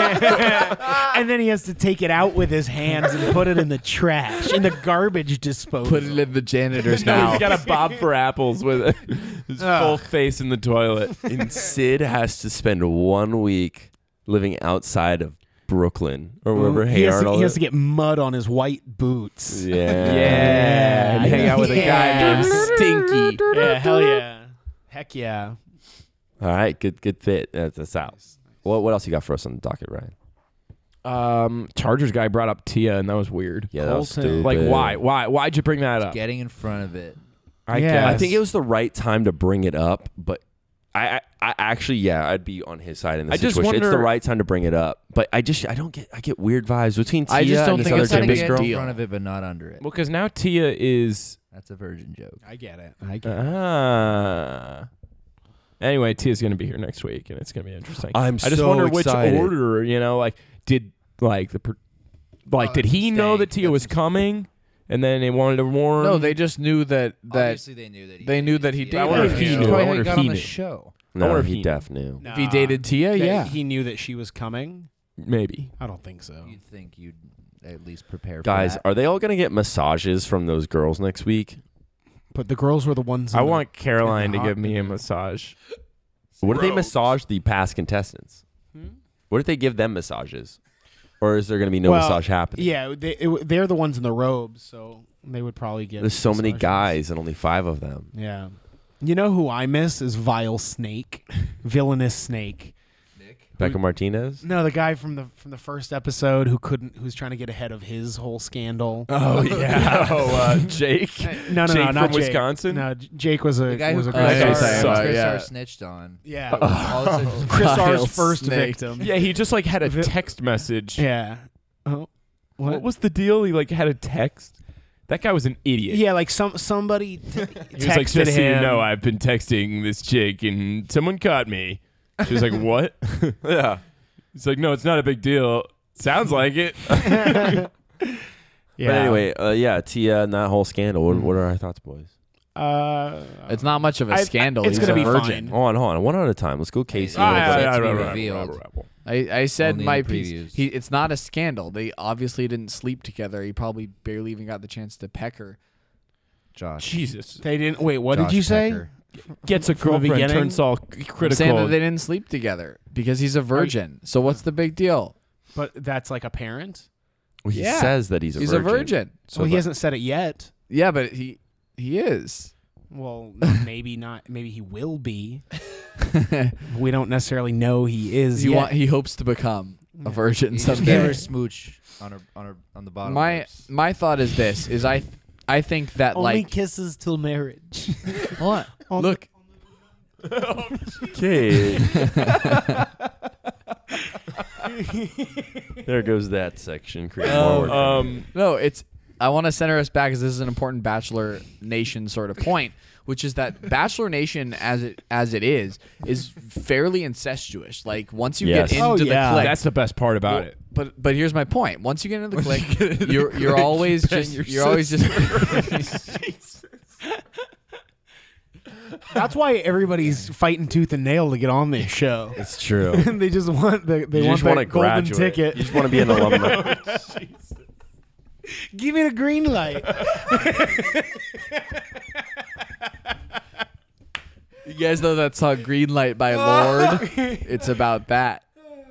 Speaker 3: and then he has to take it out with his hands and put it in the trash, in the garbage disposal.
Speaker 2: Put it in the janitor's
Speaker 1: No,
Speaker 2: mouth.
Speaker 1: he's got a bob for apples with his
Speaker 5: Ah.
Speaker 1: full face in the toilet.
Speaker 5: and Sid has to spend one week living outside of Brooklyn or wherever Hey
Speaker 3: he, has to,
Speaker 5: Arnold
Speaker 3: he has
Speaker 5: is.
Speaker 3: to get mud on his white boots.
Speaker 5: Yeah.
Speaker 1: Yeah.
Speaker 3: And hang out with a guy
Speaker 2: Yeah.
Speaker 3: named
Speaker 2: stinky.
Speaker 3: Yeah, hell yeah. Heck yeah.
Speaker 5: All right, good good fit. That's, that's out. What what else you got for us on the docket, Ryan?
Speaker 1: Um, Chargers guy brought up Tia, and that was weird.
Speaker 5: Yeah, that was
Speaker 4: Colton.
Speaker 5: stupid.
Speaker 1: Like, why? Why? Why'd you bring that
Speaker 2: Oh.
Speaker 1: up?
Speaker 4: Getting in front of it.
Speaker 1: I
Speaker 3: Yeah.
Speaker 1: guess.
Speaker 5: I think it was the right time to bring it up, but I, I, I actually, yeah, I'd be on his side in this
Speaker 1: I just
Speaker 5: situation. it's the
Speaker 1: wonder-
Speaker 5: right time to bring it up, but I just, I don't get, I get weird vibes between Tia
Speaker 2: I just don't
Speaker 5: and this
Speaker 2: think
Speaker 5: other
Speaker 2: it's a
Speaker 4: trying to
Speaker 5: Japanese
Speaker 4: get
Speaker 5: girl.
Speaker 4: in front of it, but not under it.
Speaker 1: well, because now Tia is.
Speaker 4: That's a virgin joke.
Speaker 3: I get it. I get
Speaker 1: Ah. anyway, Tia's gonna be here next week, and it's gonna be interesting.
Speaker 5: I'm
Speaker 1: I just
Speaker 5: so
Speaker 1: wonder
Speaker 5: excited.
Speaker 1: which order. You know, like did like the per- like
Speaker 4: Oh,
Speaker 5: Uh,
Speaker 1: did he
Speaker 4: that's
Speaker 1: know
Speaker 4: staying.
Speaker 1: that Tia
Speaker 4: That's
Speaker 1: was
Speaker 4: insane.
Speaker 1: coming, and then they wanted to warn?
Speaker 2: No, they just knew that that
Speaker 4: Obviously, they knew that. He
Speaker 2: they knew that he
Speaker 4: Yeah.
Speaker 2: did.
Speaker 1: I wonder if he
Speaker 2: Yeah.
Speaker 1: knew.
Speaker 4: Probably
Speaker 1: I
Speaker 4: how
Speaker 1: wonder
Speaker 4: he
Speaker 1: if
Speaker 4: got
Speaker 1: he
Speaker 4: on the
Speaker 1: knew.
Speaker 4: show.
Speaker 5: No,
Speaker 1: wonder if
Speaker 5: he
Speaker 1: he-
Speaker 5: def knew.
Speaker 2: If he dated Tia,
Speaker 3: That
Speaker 2: yeah.
Speaker 3: He knew that she was coming.
Speaker 1: maybe.
Speaker 3: I don't think so.
Speaker 4: You'd think you'd at least prepare.
Speaker 5: Guys,
Speaker 4: for that.
Speaker 5: are they all going to get massages from those girls next week?
Speaker 3: But the girls were the ones.
Speaker 1: I
Speaker 3: in the-
Speaker 1: want Caroline to
Speaker 3: hot-
Speaker 1: give me a massage.
Speaker 5: What if they
Speaker 6: Gross.
Speaker 5: massage the past contestants? What if they give them massages? Or is there going to be no
Speaker 3: Well,
Speaker 5: massage happening?
Speaker 3: Yeah, they, it, they're the ones in the robes, so they would probably get.
Speaker 5: There's so many
Speaker 3: massages.
Speaker 5: guys and only five of them.
Speaker 3: Yeah. You know who I miss is Vile Snake, villainous Snake.
Speaker 5: Becca Martinez?
Speaker 3: No, the guy from the from the first episode who couldn't, who's trying to get ahead of his whole scandal.
Speaker 1: Oh yeah. oh, uh, Jake.
Speaker 3: no, no,
Speaker 1: Jake
Speaker 3: no, not
Speaker 1: from
Speaker 3: Jake.
Speaker 1: Wisconsin?
Speaker 3: No, J- Jake was a
Speaker 4: the guy
Speaker 3: was
Speaker 4: who
Speaker 3: a
Speaker 4: Chris,
Speaker 2: great
Speaker 1: guy.
Speaker 4: R,
Speaker 1: Sorry about-
Speaker 4: Chris
Speaker 2: yeah.
Speaker 4: R snitched on.
Speaker 3: yeah,
Speaker 4: All of a sudden-
Speaker 3: Chris
Speaker 2: Vile
Speaker 3: R's first
Speaker 2: Snake.
Speaker 3: victim.
Speaker 1: Yeah, he just like had a
Speaker 3: Vi-
Speaker 1: text message.
Speaker 3: yeah. Oh,
Speaker 1: What?
Speaker 3: what?
Speaker 1: was the deal? He like had a text. That guy was an idiot.
Speaker 3: yeah, like some somebody t-
Speaker 1: He was like,
Speaker 3: texted
Speaker 1: just so you
Speaker 3: him.
Speaker 1: know, I've been texting this chick and someone caught me. She was like, what? yeah. He's like, no, it's not a big deal. Sounds like it.
Speaker 3: yeah.
Speaker 5: But anyway, uh, yeah, Tia and that whole scandal. What, what are our thoughts, boys?
Speaker 3: uh,
Speaker 2: It's not much of a
Speaker 3: I- I-
Speaker 2: scandal.
Speaker 3: it's
Speaker 2: He's
Speaker 3: gonna be
Speaker 2: a
Speaker 3: fine.
Speaker 2: virgin.
Speaker 5: Hold on, hold on. One at a time. Let's go, Casey.
Speaker 4: Ah,
Speaker 5: We'll
Speaker 4: yeah,
Speaker 5: go-
Speaker 4: yeah.
Speaker 2: I, I said
Speaker 4: Only in
Speaker 2: my
Speaker 4: the
Speaker 2: piece.
Speaker 4: previews.
Speaker 2: He, it's not a scandal. They obviously didn't sleep together. He probably barely even got the chance to peck her.
Speaker 4: Josh.
Speaker 1: Jesus.
Speaker 3: They didn't. Wait, what
Speaker 4: Josh
Speaker 3: did you say?
Speaker 4: Pecker.
Speaker 1: Gets a
Speaker 3: From the
Speaker 1: girlfriend,
Speaker 3: beginning?
Speaker 1: turns all c-
Speaker 2: Saying that
Speaker 1: critical.
Speaker 2: they didn't sleep together because he's a virgin. So what's the big deal?
Speaker 3: But that's like a parent.
Speaker 5: Well, he
Speaker 2: Yeah.
Speaker 5: says that he's a
Speaker 2: he's
Speaker 5: virgin.
Speaker 2: a virgin.
Speaker 3: So Oh, he hasn't said it yet.
Speaker 2: Yeah, but he he is.
Speaker 3: Well, maybe not. Maybe he will be. we don't necessarily know he is
Speaker 2: He
Speaker 3: yet.
Speaker 2: want, he hopes to become a virgin
Speaker 4: You just gave her
Speaker 2: someday.
Speaker 4: a smooch on her on her on the bottom.
Speaker 2: My
Speaker 4: lips.
Speaker 2: my thought is this: is I I think that like
Speaker 3: kisses till marriage.
Speaker 2: Hold on. Look,
Speaker 5: Okay. there goes that section. Creep forward.
Speaker 1: um,
Speaker 2: no, it's. I want to center us back because this is an important Bachelor Nation sort of point, which is that Bachelor Nation, as it as it is, is fairly incestuous. Like once you
Speaker 5: Yes.
Speaker 2: get into
Speaker 3: Oh,
Speaker 2: the
Speaker 3: yeah.
Speaker 2: clique,
Speaker 1: that's the best part about
Speaker 2: Well,
Speaker 1: it.
Speaker 2: But but here's my point. Once you get into the click, you're you're always just
Speaker 1: your
Speaker 2: you're always just
Speaker 3: That's why everybody's fighting tooth and nail to get on this show.
Speaker 5: it's true. You
Speaker 3: they just want the they want
Speaker 5: just want to
Speaker 3: that golden
Speaker 5: graduate. You
Speaker 3: ticket.
Speaker 5: just want to be an alumni.
Speaker 3: Give me the green light.
Speaker 2: you guys know that song Green Light by Lord. It's about that.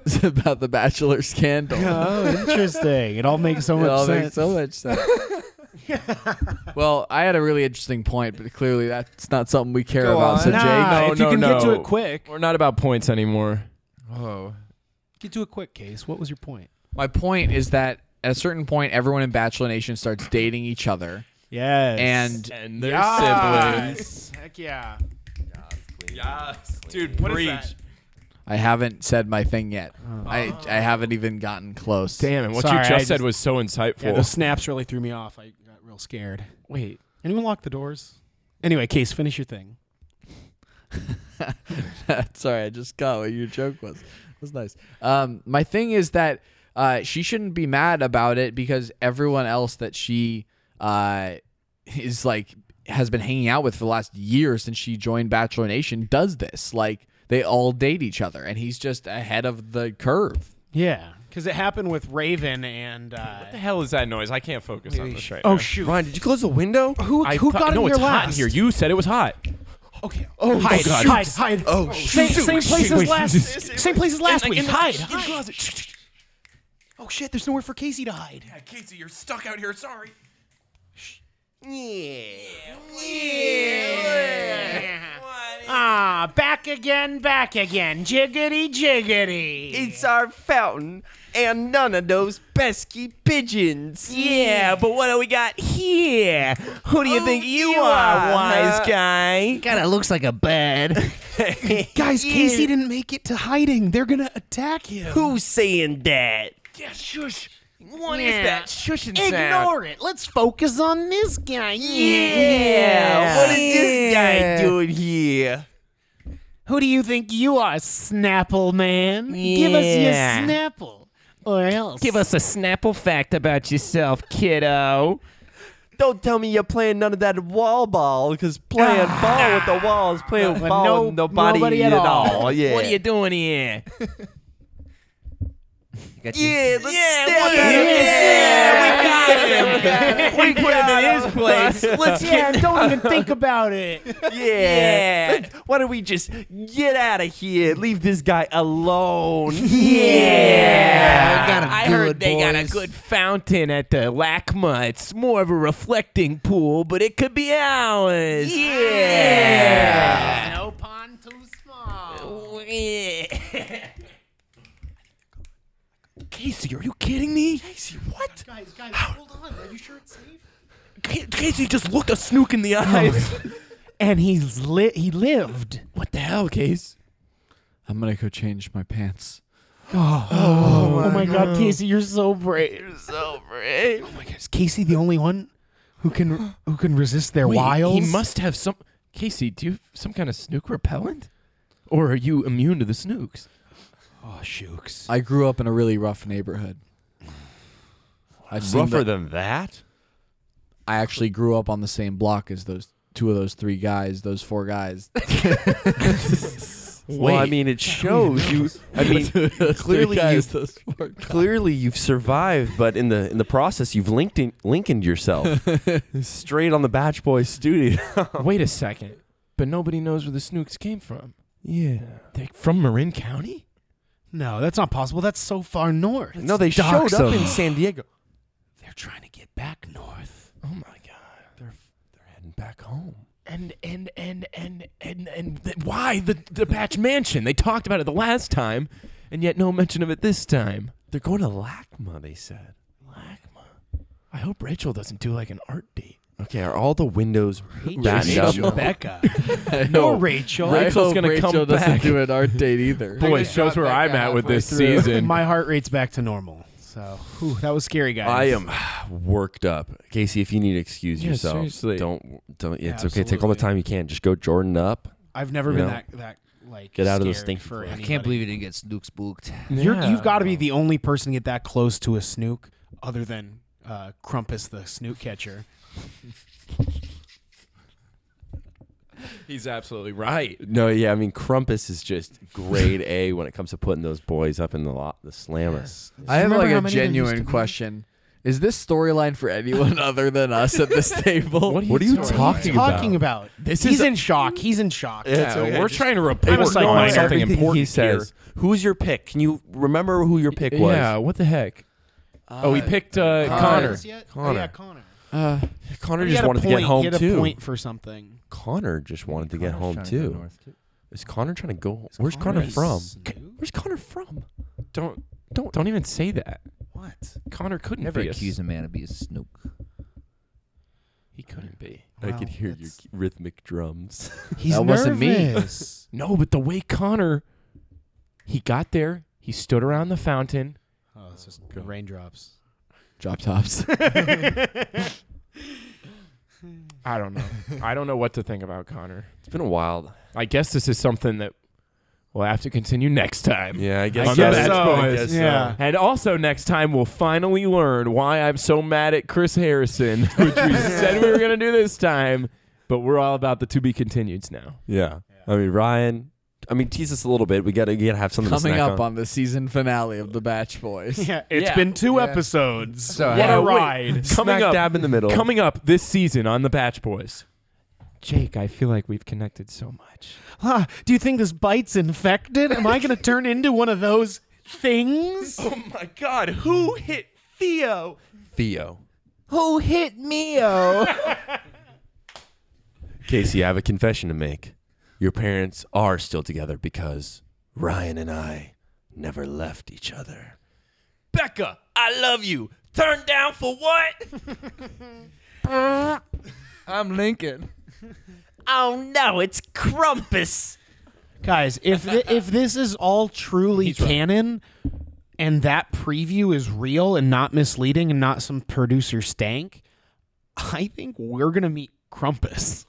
Speaker 2: It's about the Bachelor scandal.
Speaker 3: oh, interesting. It all makes so
Speaker 2: it
Speaker 3: much
Speaker 2: all
Speaker 3: sense.
Speaker 2: makes so much sense. well, I had a really interesting point, but clearly that's not something we care
Speaker 1: Go
Speaker 2: about.
Speaker 1: on.
Speaker 2: So
Speaker 1: Nah.
Speaker 2: Jake,
Speaker 1: No,
Speaker 3: if you
Speaker 1: no,
Speaker 3: can get to
Speaker 1: no.
Speaker 3: it quick,
Speaker 1: We're not about points anymore.
Speaker 2: oh.
Speaker 3: get to a quick case. What was your point?
Speaker 2: my point is that at a certain point, everyone in Bachelor Nation starts dating each other,
Speaker 3: Yes.
Speaker 2: and
Speaker 1: And they're
Speaker 3: Heck yeah.
Speaker 1: Dude,
Speaker 3: is
Speaker 1: preach.
Speaker 3: that?
Speaker 2: I haven't said my thing yet. I I haven't even gotten close.
Speaker 1: Damn, and what you
Speaker 3: Sorry,
Speaker 1: just,
Speaker 3: I
Speaker 1: said
Speaker 3: just-
Speaker 1: was so
Speaker 3: Yeah,
Speaker 1: insightful.
Speaker 3: those snaps really threw me off. I got real scared.
Speaker 1: Wait.
Speaker 3: Anyone lock the doors? Anyway, Case, finish your thing.
Speaker 2: Sorry, I just got what your joke was. was nice. Um, my thing is that uh, she shouldn't be mad about it because everyone else that she uh, is like has been hanging out with for the last year since she joined Bachelor Nation does this. Like they all date each other, and he's just ahead of the curve.
Speaker 3: Yeah, because it happened with Raven and. Uh,
Speaker 1: the hell is that noise? I can't focus on this right
Speaker 3: oh
Speaker 1: now.
Speaker 3: shoot!
Speaker 5: Ryan, did you close the window?
Speaker 3: Who
Speaker 1: I
Speaker 3: who
Speaker 1: thought-
Speaker 3: got in
Speaker 1: no,
Speaker 3: here
Speaker 1: it's
Speaker 3: last?
Speaker 1: hot in here. You said it was hot.
Speaker 3: Okay. Oh, hide,
Speaker 1: God.
Speaker 3: hide, hide. Oh, same,
Speaker 1: shoot.
Speaker 3: same place
Speaker 1: Shoot.
Speaker 3: as last. Same place as last
Speaker 1: like,
Speaker 3: week.
Speaker 1: in the-
Speaker 3: hide.
Speaker 1: in the
Speaker 3: hide. Oh shit! There's nowhere for Casey to hide.
Speaker 1: Casey, you're stuck out here. Sorry.
Speaker 3: Ah, back again, back again, jiggity jiggity.
Speaker 5: our fountain and none of those pesky pigeons.
Speaker 1: Yeah, but what do we got here? Who do you think you,
Speaker 5: Oh, are, huh?
Speaker 1: guy?
Speaker 4: God, it looks like a bed.
Speaker 3: Guys, Casey didn't make it to hiding. They're gonna attack him.
Speaker 5: Who's saying that?
Speaker 1: What is that shushing
Speaker 3: Ignore it. Let's focus on this guy.
Speaker 5: Yeah, what is this guy doing here?
Speaker 3: Who do you think you are, Snapple Man? Give us your
Speaker 1: Yeah.
Speaker 3: Snapple, or else
Speaker 1: Give us a Snapple fact about yourself, kiddo.
Speaker 5: Don't tell me you're playing none of that wall ball, because playing ball with the wall is playing
Speaker 3: With
Speaker 5: ball
Speaker 3: no-
Speaker 5: with nobody,
Speaker 3: nobody at all.
Speaker 5: Yeah.
Speaker 1: What are you doing here?
Speaker 4: Got your-
Speaker 5: yeah, let's yeah,
Speaker 1: Yeah, we got him. We put him in his place. Let's
Speaker 3: Yeah, don't even think about it.
Speaker 5: Yeah.
Speaker 1: Yeah.
Speaker 5: Why don't we just get out of here? Leave this guy alone.
Speaker 1: Yeah.
Speaker 4: I got 'em
Speaker 1: I heard
Speaker 4: good,
Speaker 1: they got a
Speaker 4: boys.
Speaker 1: good fountain at the LACMA. It's more of a reflecting pool, but it could be ours. Yeah.
Speaker 3: No pond too small.
Speaker 1: Casey, are you kidding me?
Speaker 3: What? Guys, guys, hold on. Are you sure it's safe?
Speaker 1: Ca- Casey just looked a snook in the eyes.
Speaker 3: And he's lit. He lived.
Speaker 1: what the hell, Case?
Speaker 2: I'm gonna go change my pants.
Speaker 3: Oh, my God, Casey, you're so brave. You're so brave. Oh my God, is Casey the only one who can who can resist their wiles?
Speaker 1: He must have some. Casey, do you have some kind of snook repellent? Or are you immune to the snooks?
Speaker 3: Oh, shooks.
Speaker 2: I grew up in a really rough neighborhood. I've seen the-
Speaker 6: Rougher than that?
Speaker 2: I actually grew up on the same block as those two of those three guys, those four guys.
Speaker 5: Well, I mean, it shows you. I mean, clearly, you,
Speaker 2: those four guys.
Speaker 5: clearly you've survived, but in the in the process, you've linked in, Lincolned yourself straight on the Batch Boys studio.
Speaker 1: Wait a second. But nobody knows where the snooks came from.
Speaker 5: yeah.
Speaker 1: They're from Marin County?
Speaker 3: No, that's not possible. That's so far north.
Speaker 5: No, they
Speaker 3: Dark
Speaker 5: showed up
Speaker 3: zone.
Speaker 5: in San Diego.
Speaker 3: They're trying to get back north.
Speaker 1: Oh my god.
Speaker 5: They're they're heading back home.
Speaker 1: And and and and and and th- why the the Batch Mansion? They talked about it the last time, and yet no mention of it this time.
Speaker 5: They're going to LACMA. They said.
Speaker 1: LACMA. I hope Rachel doesn't do like an art date.
Speaker 5: Okay, are all the windows battened up?
Speaker 2: Rachel.
Speaker 3: Becca.
Speaker 2: No,
Speaker 3: no, Rachel.
Speaker 1: Rachel. Rachel's gonna
Speaker 2: Rachel
Speaker 1: come
Speaker 2: doesn't
Speaker 1: back.
Speaker 2: do an art date either.
Speaker 1: Boy, shows where I'm at with this season.
Speaker 3: My heart rate's back to normal. So, whew, that was scary, guys.
Speaker 5: I am worked up, Casey. If you need to excuse
Speaker 1: Yeah,
Speaker 5: yourself,
Speaker 1: seriously.
Speaker 5: don't don't.
Speaker 3: Yeah,
Speaker 5: it's okay. Take all the
Speaker 3: absolutely.
Speaker 5: time you can. Just go Jordan up.
Speaker 3: I've never
Speaker 5: You
Speaker 3: been
Speaker 5: know?
Speaker 3: that that like
Speaker 5: Get out of those
Speaker 3: scared
Speaker 5: stinking
Speaker 3: for
Speaker 5: places.
Speaker 4: I
Speaker 3: anybody.
Speaker 4: can't believe you didn't get snook spooked.
Speaker 3: You're,
Speaker 1: Yeah.
Speaker 3: You've got to be the only person to get that close to a snook, other than uh, Crumpus the snook catcher.
Speaker 1: He's absolutely right.
Speaker 5: No, yeah, I mean Crumpus is just grade A when it comes to putting those boys up in the lot, the slammer.
Speaker 2: I have
Speaker 3: Remember
Speaker 2: like
Speaker 3: how many there
Speaker 2: a
Speaker 3: used to
Speaker 2: genuine
Speaker 3: be?
Speaker 2: question. Is this storyline for anyone other than us at this table?
Speaker 1: What are you,
Speaker 5: What are you
Speaker 1: talking?
Speaker 5: talking about?
Speaker 3: Talking about
Speaker 1: This
Speaker 3: he's
Speaker 1: is a-
Speaker 3: in shock. He's in shock.
Speaker 5: Yeah.
Speaker 1: Yeah, we're trying to report
Speaker 3: I'm a
Speaker 1: on
Speaker 3: psycho.
Speaker 1: something
Speaker 5: Everything
Speaker 1: important
Speaker 5: he says. Who's your pick? Can you remember who your pick
Speaker 1: here.
Speaker 5: was?
Speaker 1: Yeah, what the heck? oh, he picked uh,
Speaker 2: Connor.
Speaker 1: Connor.
Speaker 3: Connor.
Speaker 5: Connor.
Speaker 3: Oh, yeah, Connor.
Speaker 2: Uh,
Speaker 5: Connor
Speaker 3: He
Speaker 5: just
Speaker 3: had a
Speaker 5: wanted to
Speaker 3: point.
Speaker 5: get home
Speaker 3: He had
Speaker 5: too.
Speaker 3: a point for something.
Speaker 5: Connor just wanted to get
Speaker 4: Connor's
Speaker 5: home
Speaker 4: trying to go
Speaker 5: too.
Speaker 4: north,
Speaker 5: Is Connor trying to go? Where's Connor,
Speaker 3: Connor
Speaker 5: from?
Speaker 3: Snoop?
Speaker 5: Where's Connor from?
Speaker 1: Don't don't don't even say that.
Speaker 3: What?
Speaker 1: Connor couldn't
Speaker 4: Never
Speaker 1: be. a
Speaker 4: accuse a man of being a snook.
Speaker 1: He couldn't be.
Speaker 5: I could
Speaker 3: Wow,
Speaker 5: hear your
Speaker 3: that's-
Speaker 5: rhythmic drums.
Speaker 3: He's
Speaker 2: That wasn't me.
Speaker 3: nervous.
Speaker 1: No, but the way Connor, he got there. He stood around the fountain.
Speaker 3: oh, it's just raindrops.
Speaker 2: drop tops.
Speaker 1: I don't know. I don't know what to think about Connor.
Speaker 5: it's been a while.
Speaker 1: I guess this is something that We'll have to continue next time.
Speaker 5: Yeah, I guess,
Speaker 1: I
Speaker 5: on
Speaker 1: guess
Speaker 5: that
Speaker 1: so.
Speaker 5: aspect,
Speaker 1: It's-
Speaker 5: guess
Speaker 3: yeah.
Speaker 1: And also next time we'll finally learn why I'm so mad at Chris Harrison, which we said we were gonna do this time, but we're all about the to be continueds now.
Speaker 5: Yeah. I mean, Ryan. I mean, tease us a little bit. We gotta, you gotta have something to
Speaker 2: Coming
Speaker 5: snack
Speaker 2: up on. the season finale of The Batch Boys.
Speaker 3: Yeah, It's
Speaker 1: Yeah. uh,
Speaker 3: been two episodes.
Speaker 4: So
Speaker 3: what
Speaker 4: I-
Speaker 3: a
Speaker 1: wait.
Speaker 3: ride.
Speaker 1: Coming
Speaker 5: Smack
Speaker 1: up-
Speaker 5: dab in the middle.
Speaker 1: Coming up this season on the Batch Boys. Jake, I feel like we've connected so much.
Speaker 3: Huh, do you think this bite's infected? Am I going to turn into one of those things?
Speaker 1: Oh my god, who hit Theo?
Speaker 5: Theo.
Speaker 4: who hit me? Oh,
Speaker 5: Casey, I have a confession to make. Your parents are still together because Ryan and I never left each other. Becca, I love you. Turned down for what?
Speaker 2: I'm Lincoln.
Speaker 4: oh no, it's Crumpus.
Speaker 3: Guys, if thi- if this is all truly canon and that preview is real and not misleading and not some producer stank, I think we're going to meet Crumpus.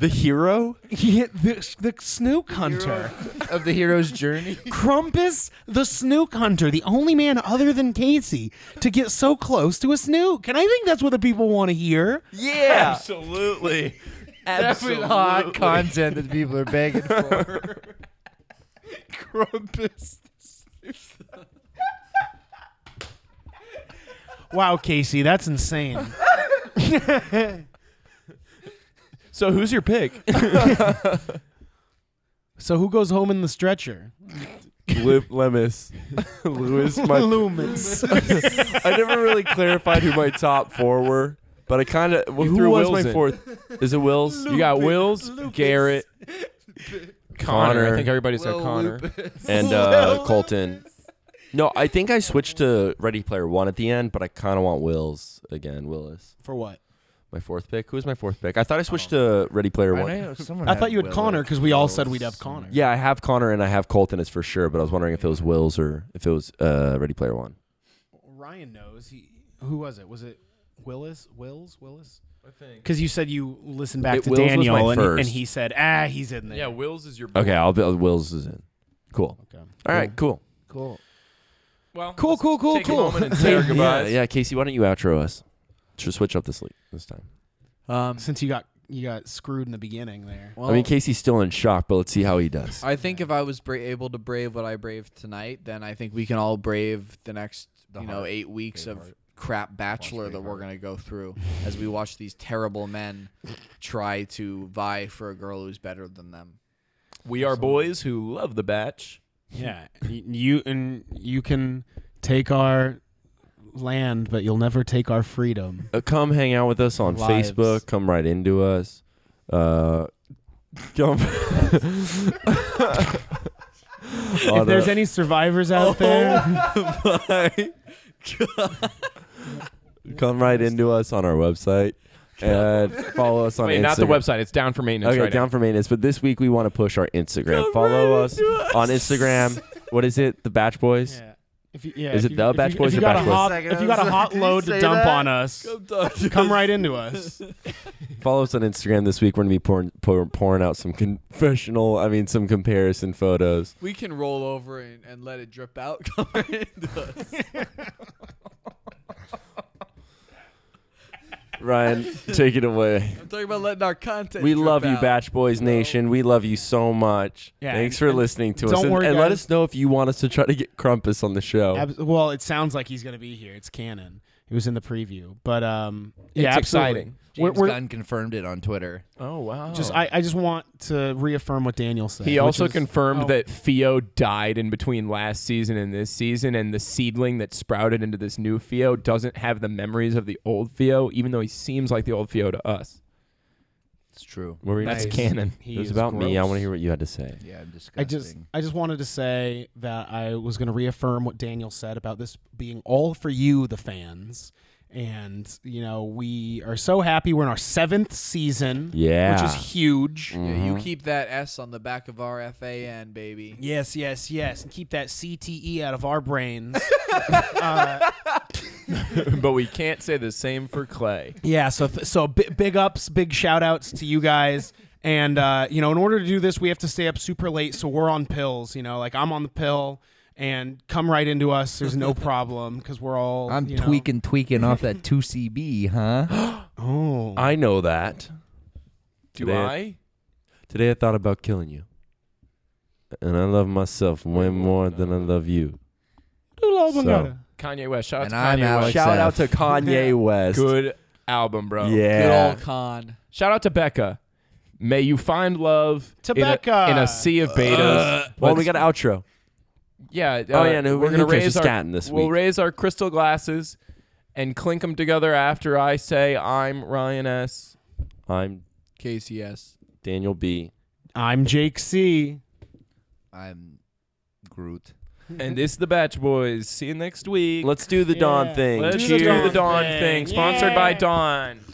Speaker 5: The hero?
Speaker 3: Yeah, the, the snook hunter.
Speaker 2: Of the hero's journey.
Speaker 3: Crumpus the snook hunter, the only man other than Casey to get so close to a snook. And I think that's what the people want to hear.
Speaker 4: Yeah,
Speaker 6: Absolutely.
Speaker 4: absolutely.
Speaker 2: Hot content that people are begging for.
Speaker 3: Wow, Casey, that's insane.
Speaker 1: So who's your pick?
Speaker 3: So who goes home in the stretcher?
Speaker 5: Lip Lemus. Lewis, my,
Speaker 3: Loomis.
Speaker 5: I never really clarified who my top four were, but I kind of. Well,
Speaker 1: You
Speaker 5: who
Speaker 1: threw
Speaker 5: was
Speaker 1: Wills
Speaker 5: my
Speaker 1: in.
Speaker 5: fourth? Is it Wills?
Speaker 1: You got Wills, Garrett, Connor. I
Speaker 5: Connor.
Speaker 1: think everybody's got Connor.
Speaker 5: and uh, Colton. No, I think I switched to Ready Player One at the end, but I kind of want Wills again. Willis,
Speaker 3: For what?
Speaker 5: my fourth pick. Who was my fourth pick? I thought I switched to Ready Player One.
Speaker 3: I thought you had Connor because we all said we'd have Connor.
Speaker 5: Yeah, I have Connor and I have Colton as for sure, but I was wondering if it was Wills or if it was uh, Ready Player One.
Speaker 3: Ryan knows. He who was it? Was it Willis? Wills? Willis? Because you said you listened back
Speaker 5: It-
Speaker 3: to
Speaker 5: Wills was my
Speaker 3: Daniel and,
Speaker 5: first.
Speaker 3: and he said, ah, he's in there.
Speaker 1: Wills is your
Speaker 5: Okay, I'll be, Wills is in. Cool.
Speaker 3: Okay.
Speaker 5: All right, cool.
Speaker 4: Cool.
Speaker 1: Well,
Speaker 3: Cool, cool, cool,
Speaker 1: take a
Speaker 3: cool.
Speaker 1: moment and say our
Speaker 5: Yeah,
Speaker 1: goodbyes.
Speaker 5: yeah, Casey, why don't you outro us? Should switch up this league this time.
Speaker 2: Um,
Speaker 3: Since you got you got screwed in the beginning there.
Speaker 2: well,
Speaker 5: I mean, Casey's still in shock, but let's see how he does.
Speaker 2: I think if I was bra- able to brave what I braved tonight, then I think we can all brave the next, you know, eight weeks of crap Bachelor that we're gonna go through as we watch these terrible men try to vie for a girl who's better than them.
Speaker 1: We are boys who love the batch.
Speaker 3: Yeah, y- you and you can take our land, but you'll never take our freedom.
Speaker 5: Uh, come hang out with us on
Speaker 3: Lives.
Speaker 5: Facebook. Come right into us. Uh, come.
Speaker 3: if there's any survivors
Speaker 1: Oh,
Speaker 3: out there,
Speaker 5: come right into us on our website and follow us on
Speaker 1: Wait,
Speaker 5: Instagram.
Speaker 1: not the website. It's down for maintenance.
Speaker 5: Okay,
Speaker 1: right
Speaker 5: down for maintenance. But this week we want to push our Instagram. follow us, on Instagram. What is it? The Batch Boys.
Speaker 3: yeah. If you, yeah,
Speaker 5: Is
Speaker 3: if
Speaker 5: it
Speaker 3: you-
Speaker 5: The
Speaker 3: if you-
Speaker 5: Batch
Speaker 3: if
Speaker 5: Boys
Speaker 3: you
Speaker 5: or
Speaker 3: got
Speaker 5: Batch
Speaker 3: a
Speaker 5: Boys?
Speaker 3: hot-
Speaker 6: Second,
Speaker 3: If you
Speaker 6: I
Speaker 3: got
Speaker 6: was
Speaker 3: a
Speaker 6: like,
Speaker 3: hot
Speaker 6: "Did he
Speaker 3: load to
Speaker 6: say
Speaker 3: dump
Speaker 6: that?"
Speaker 3: on us, come right into us.
Speaker 5: Follow us on Instagram this week. We're gonna be pouring, pour, pouring out some confessional. I mean, some comparison photos.
Speaker 2: We can roll over and, and let it drip out. Come into us.
Speaker 5: Ryan, take it away.
Speaker 2: I'm talking about letting our content.
Speaker 5: We
Speaker 2: drip
Speaker 5: love you,
Speaker 2: out.
Speaker 5: Batch Boys Nation. We love you so much.
Speaker 3: Yeah,
Speaker 5: Thanks
Speaker 3: and-
Speaker 5: for
Speaker 3: and
Speaker 5: listening to us.
Speaker 3: don't
Speaker 5: And,
Speaker 3: worry,
Speaker 5: and let
Speaker 3: guys.
Speaker 5: us know if you want us to try to get Crumpus on the show.
Speaker 3: Abs- well, it sounds like he's going to be here. It's canon. It was in the preview, but um, yeah,
Speaker 1: It's
Speaker 3: absolutely.
Speaker 1: exciting.
Speaker 3: We're,
Speaker 2: James
Speaker 3: we're
Speaker 2: Gunn confirmed it on Twitter.
Speaker 1: Oh wow.
Speaker 3: just I, I just want to reaffirm what Daniel said.
Speaker 1: he
Speaker 3: which
Speaker 1: also
Speaker 3: is-
Speaker 1: confirmed
Speaker 3: oh,
Speaker 1: that Theo died in between last season and this season, and the seedling that sprouted into this new Theo doesn't have the memories of the old Theo, even though he seems like the old Theo to us.
Speaker 4: It's true.
Speaker 5: What were you-
Speaker 1: That's
Speaker 3: Nice.
Speaker 1: canon.
Speaker 3: he
Speaker 5: it was
Speaker 3: is
Speaker 5: about me. I
Speaker 3: gross.
Speaker 5: want to hear what you had to say.
Speaker 4: Yeah, I'm disgusting.
Speaker 3: I just I just wanted to say that I was going to reaffirm what Daniel said about this being all for you, the fans. And you know we are so happy we're in our seventh season,
Speaker 5: Yeah.
Speaker 3: which is huge.
Speaker 2: Yeah,
Speaker 5: Mm-hmm.
Speaker 2: you keep that S on the back of our FAN, baby.
Speaker 3: Yes, yes, yes, and keep that CTE out of our brains.
Speaker 1: but we can't say the same for Clay.
Speaker 3: Yeah, so th- so b- big ups, big shout outs to you guys And uh, you know, in order to do this, we have to stay up super late, so we're on pills. You know, like I'm on the pill, and come right into us. There's no problem because we're all.
Speaker 4: I'm
Speaker 3: you know-
Speaker 4: tweaking, tweaking off that 2CB, huh?
Speaker 3: Oh,
Speaker 5: I know that.
Speaker 1: Do
Speaker 5: Today-
Speaker 1: I?
Speaker 5: Today I thought about killing you. And I love myself way more than I love you.
Speaker 4: Oh,
Speaker 5: So,
Speaker 1: Kanye West. Shout out
Speaker 4: And
Speaker 1: to
Speaker 4: I'm
Speaker 1: Kanye West.
Speaker 4: Alex
Speaker 5: shout out
Speaker 4: F.
Speaker 5: to Kanye West.
Speaker 1: Good album, bro.
Speaker 5: Yeah.
Speaker 2: Good old con.
Speaker 1: Shout out to Becca. May you find love
Speaker 3: To
Speaker 1: in,
Speaker 3: Becca.
Speaker 1: A, in a sea of betas.
Speaker 5: well,
Speaker 1: Let's-
Speaker 5: we got an outro.
Speaker 1: yeah. Uh,
Speaker 5: Oh, yeah, no,
Speaker 1: we're
Speaker 5: who
Speaker 1: gonna
Speaker 5: cares?
Speaker 1: raise
Speaker 5: It's
Speaker 1: our
Speaker 5: Staten this
Speaker 1: we'll
Speaker 5: week.
Speaker 1: raise our crystal glasses and clink them together after I say I'm Ryan S.
Speaker 5: I'm
Speaker 2: KCS.
Speaker 5: Daniel B.
Speaker 3: I'm Jake C.
Speaker 4: I'm Groot.
Speaker 3: Mm-hmm.
Speaker 1: and this is the Batch Boys. See you next week.
Speaker 5: Let's do the Don
Speaker 3: Yeah.
Speaker 5: thing.
Speaker 1: Let's do
Speaker 3: Do the
Speaker 1: the Dawn,
Speaker 3: Dawn
Speaker 1: thing.
Speaker 3: thing.
Speaker 1: Sponsored by
Speaker 3: Yeah.
Speaker 1: Dawn.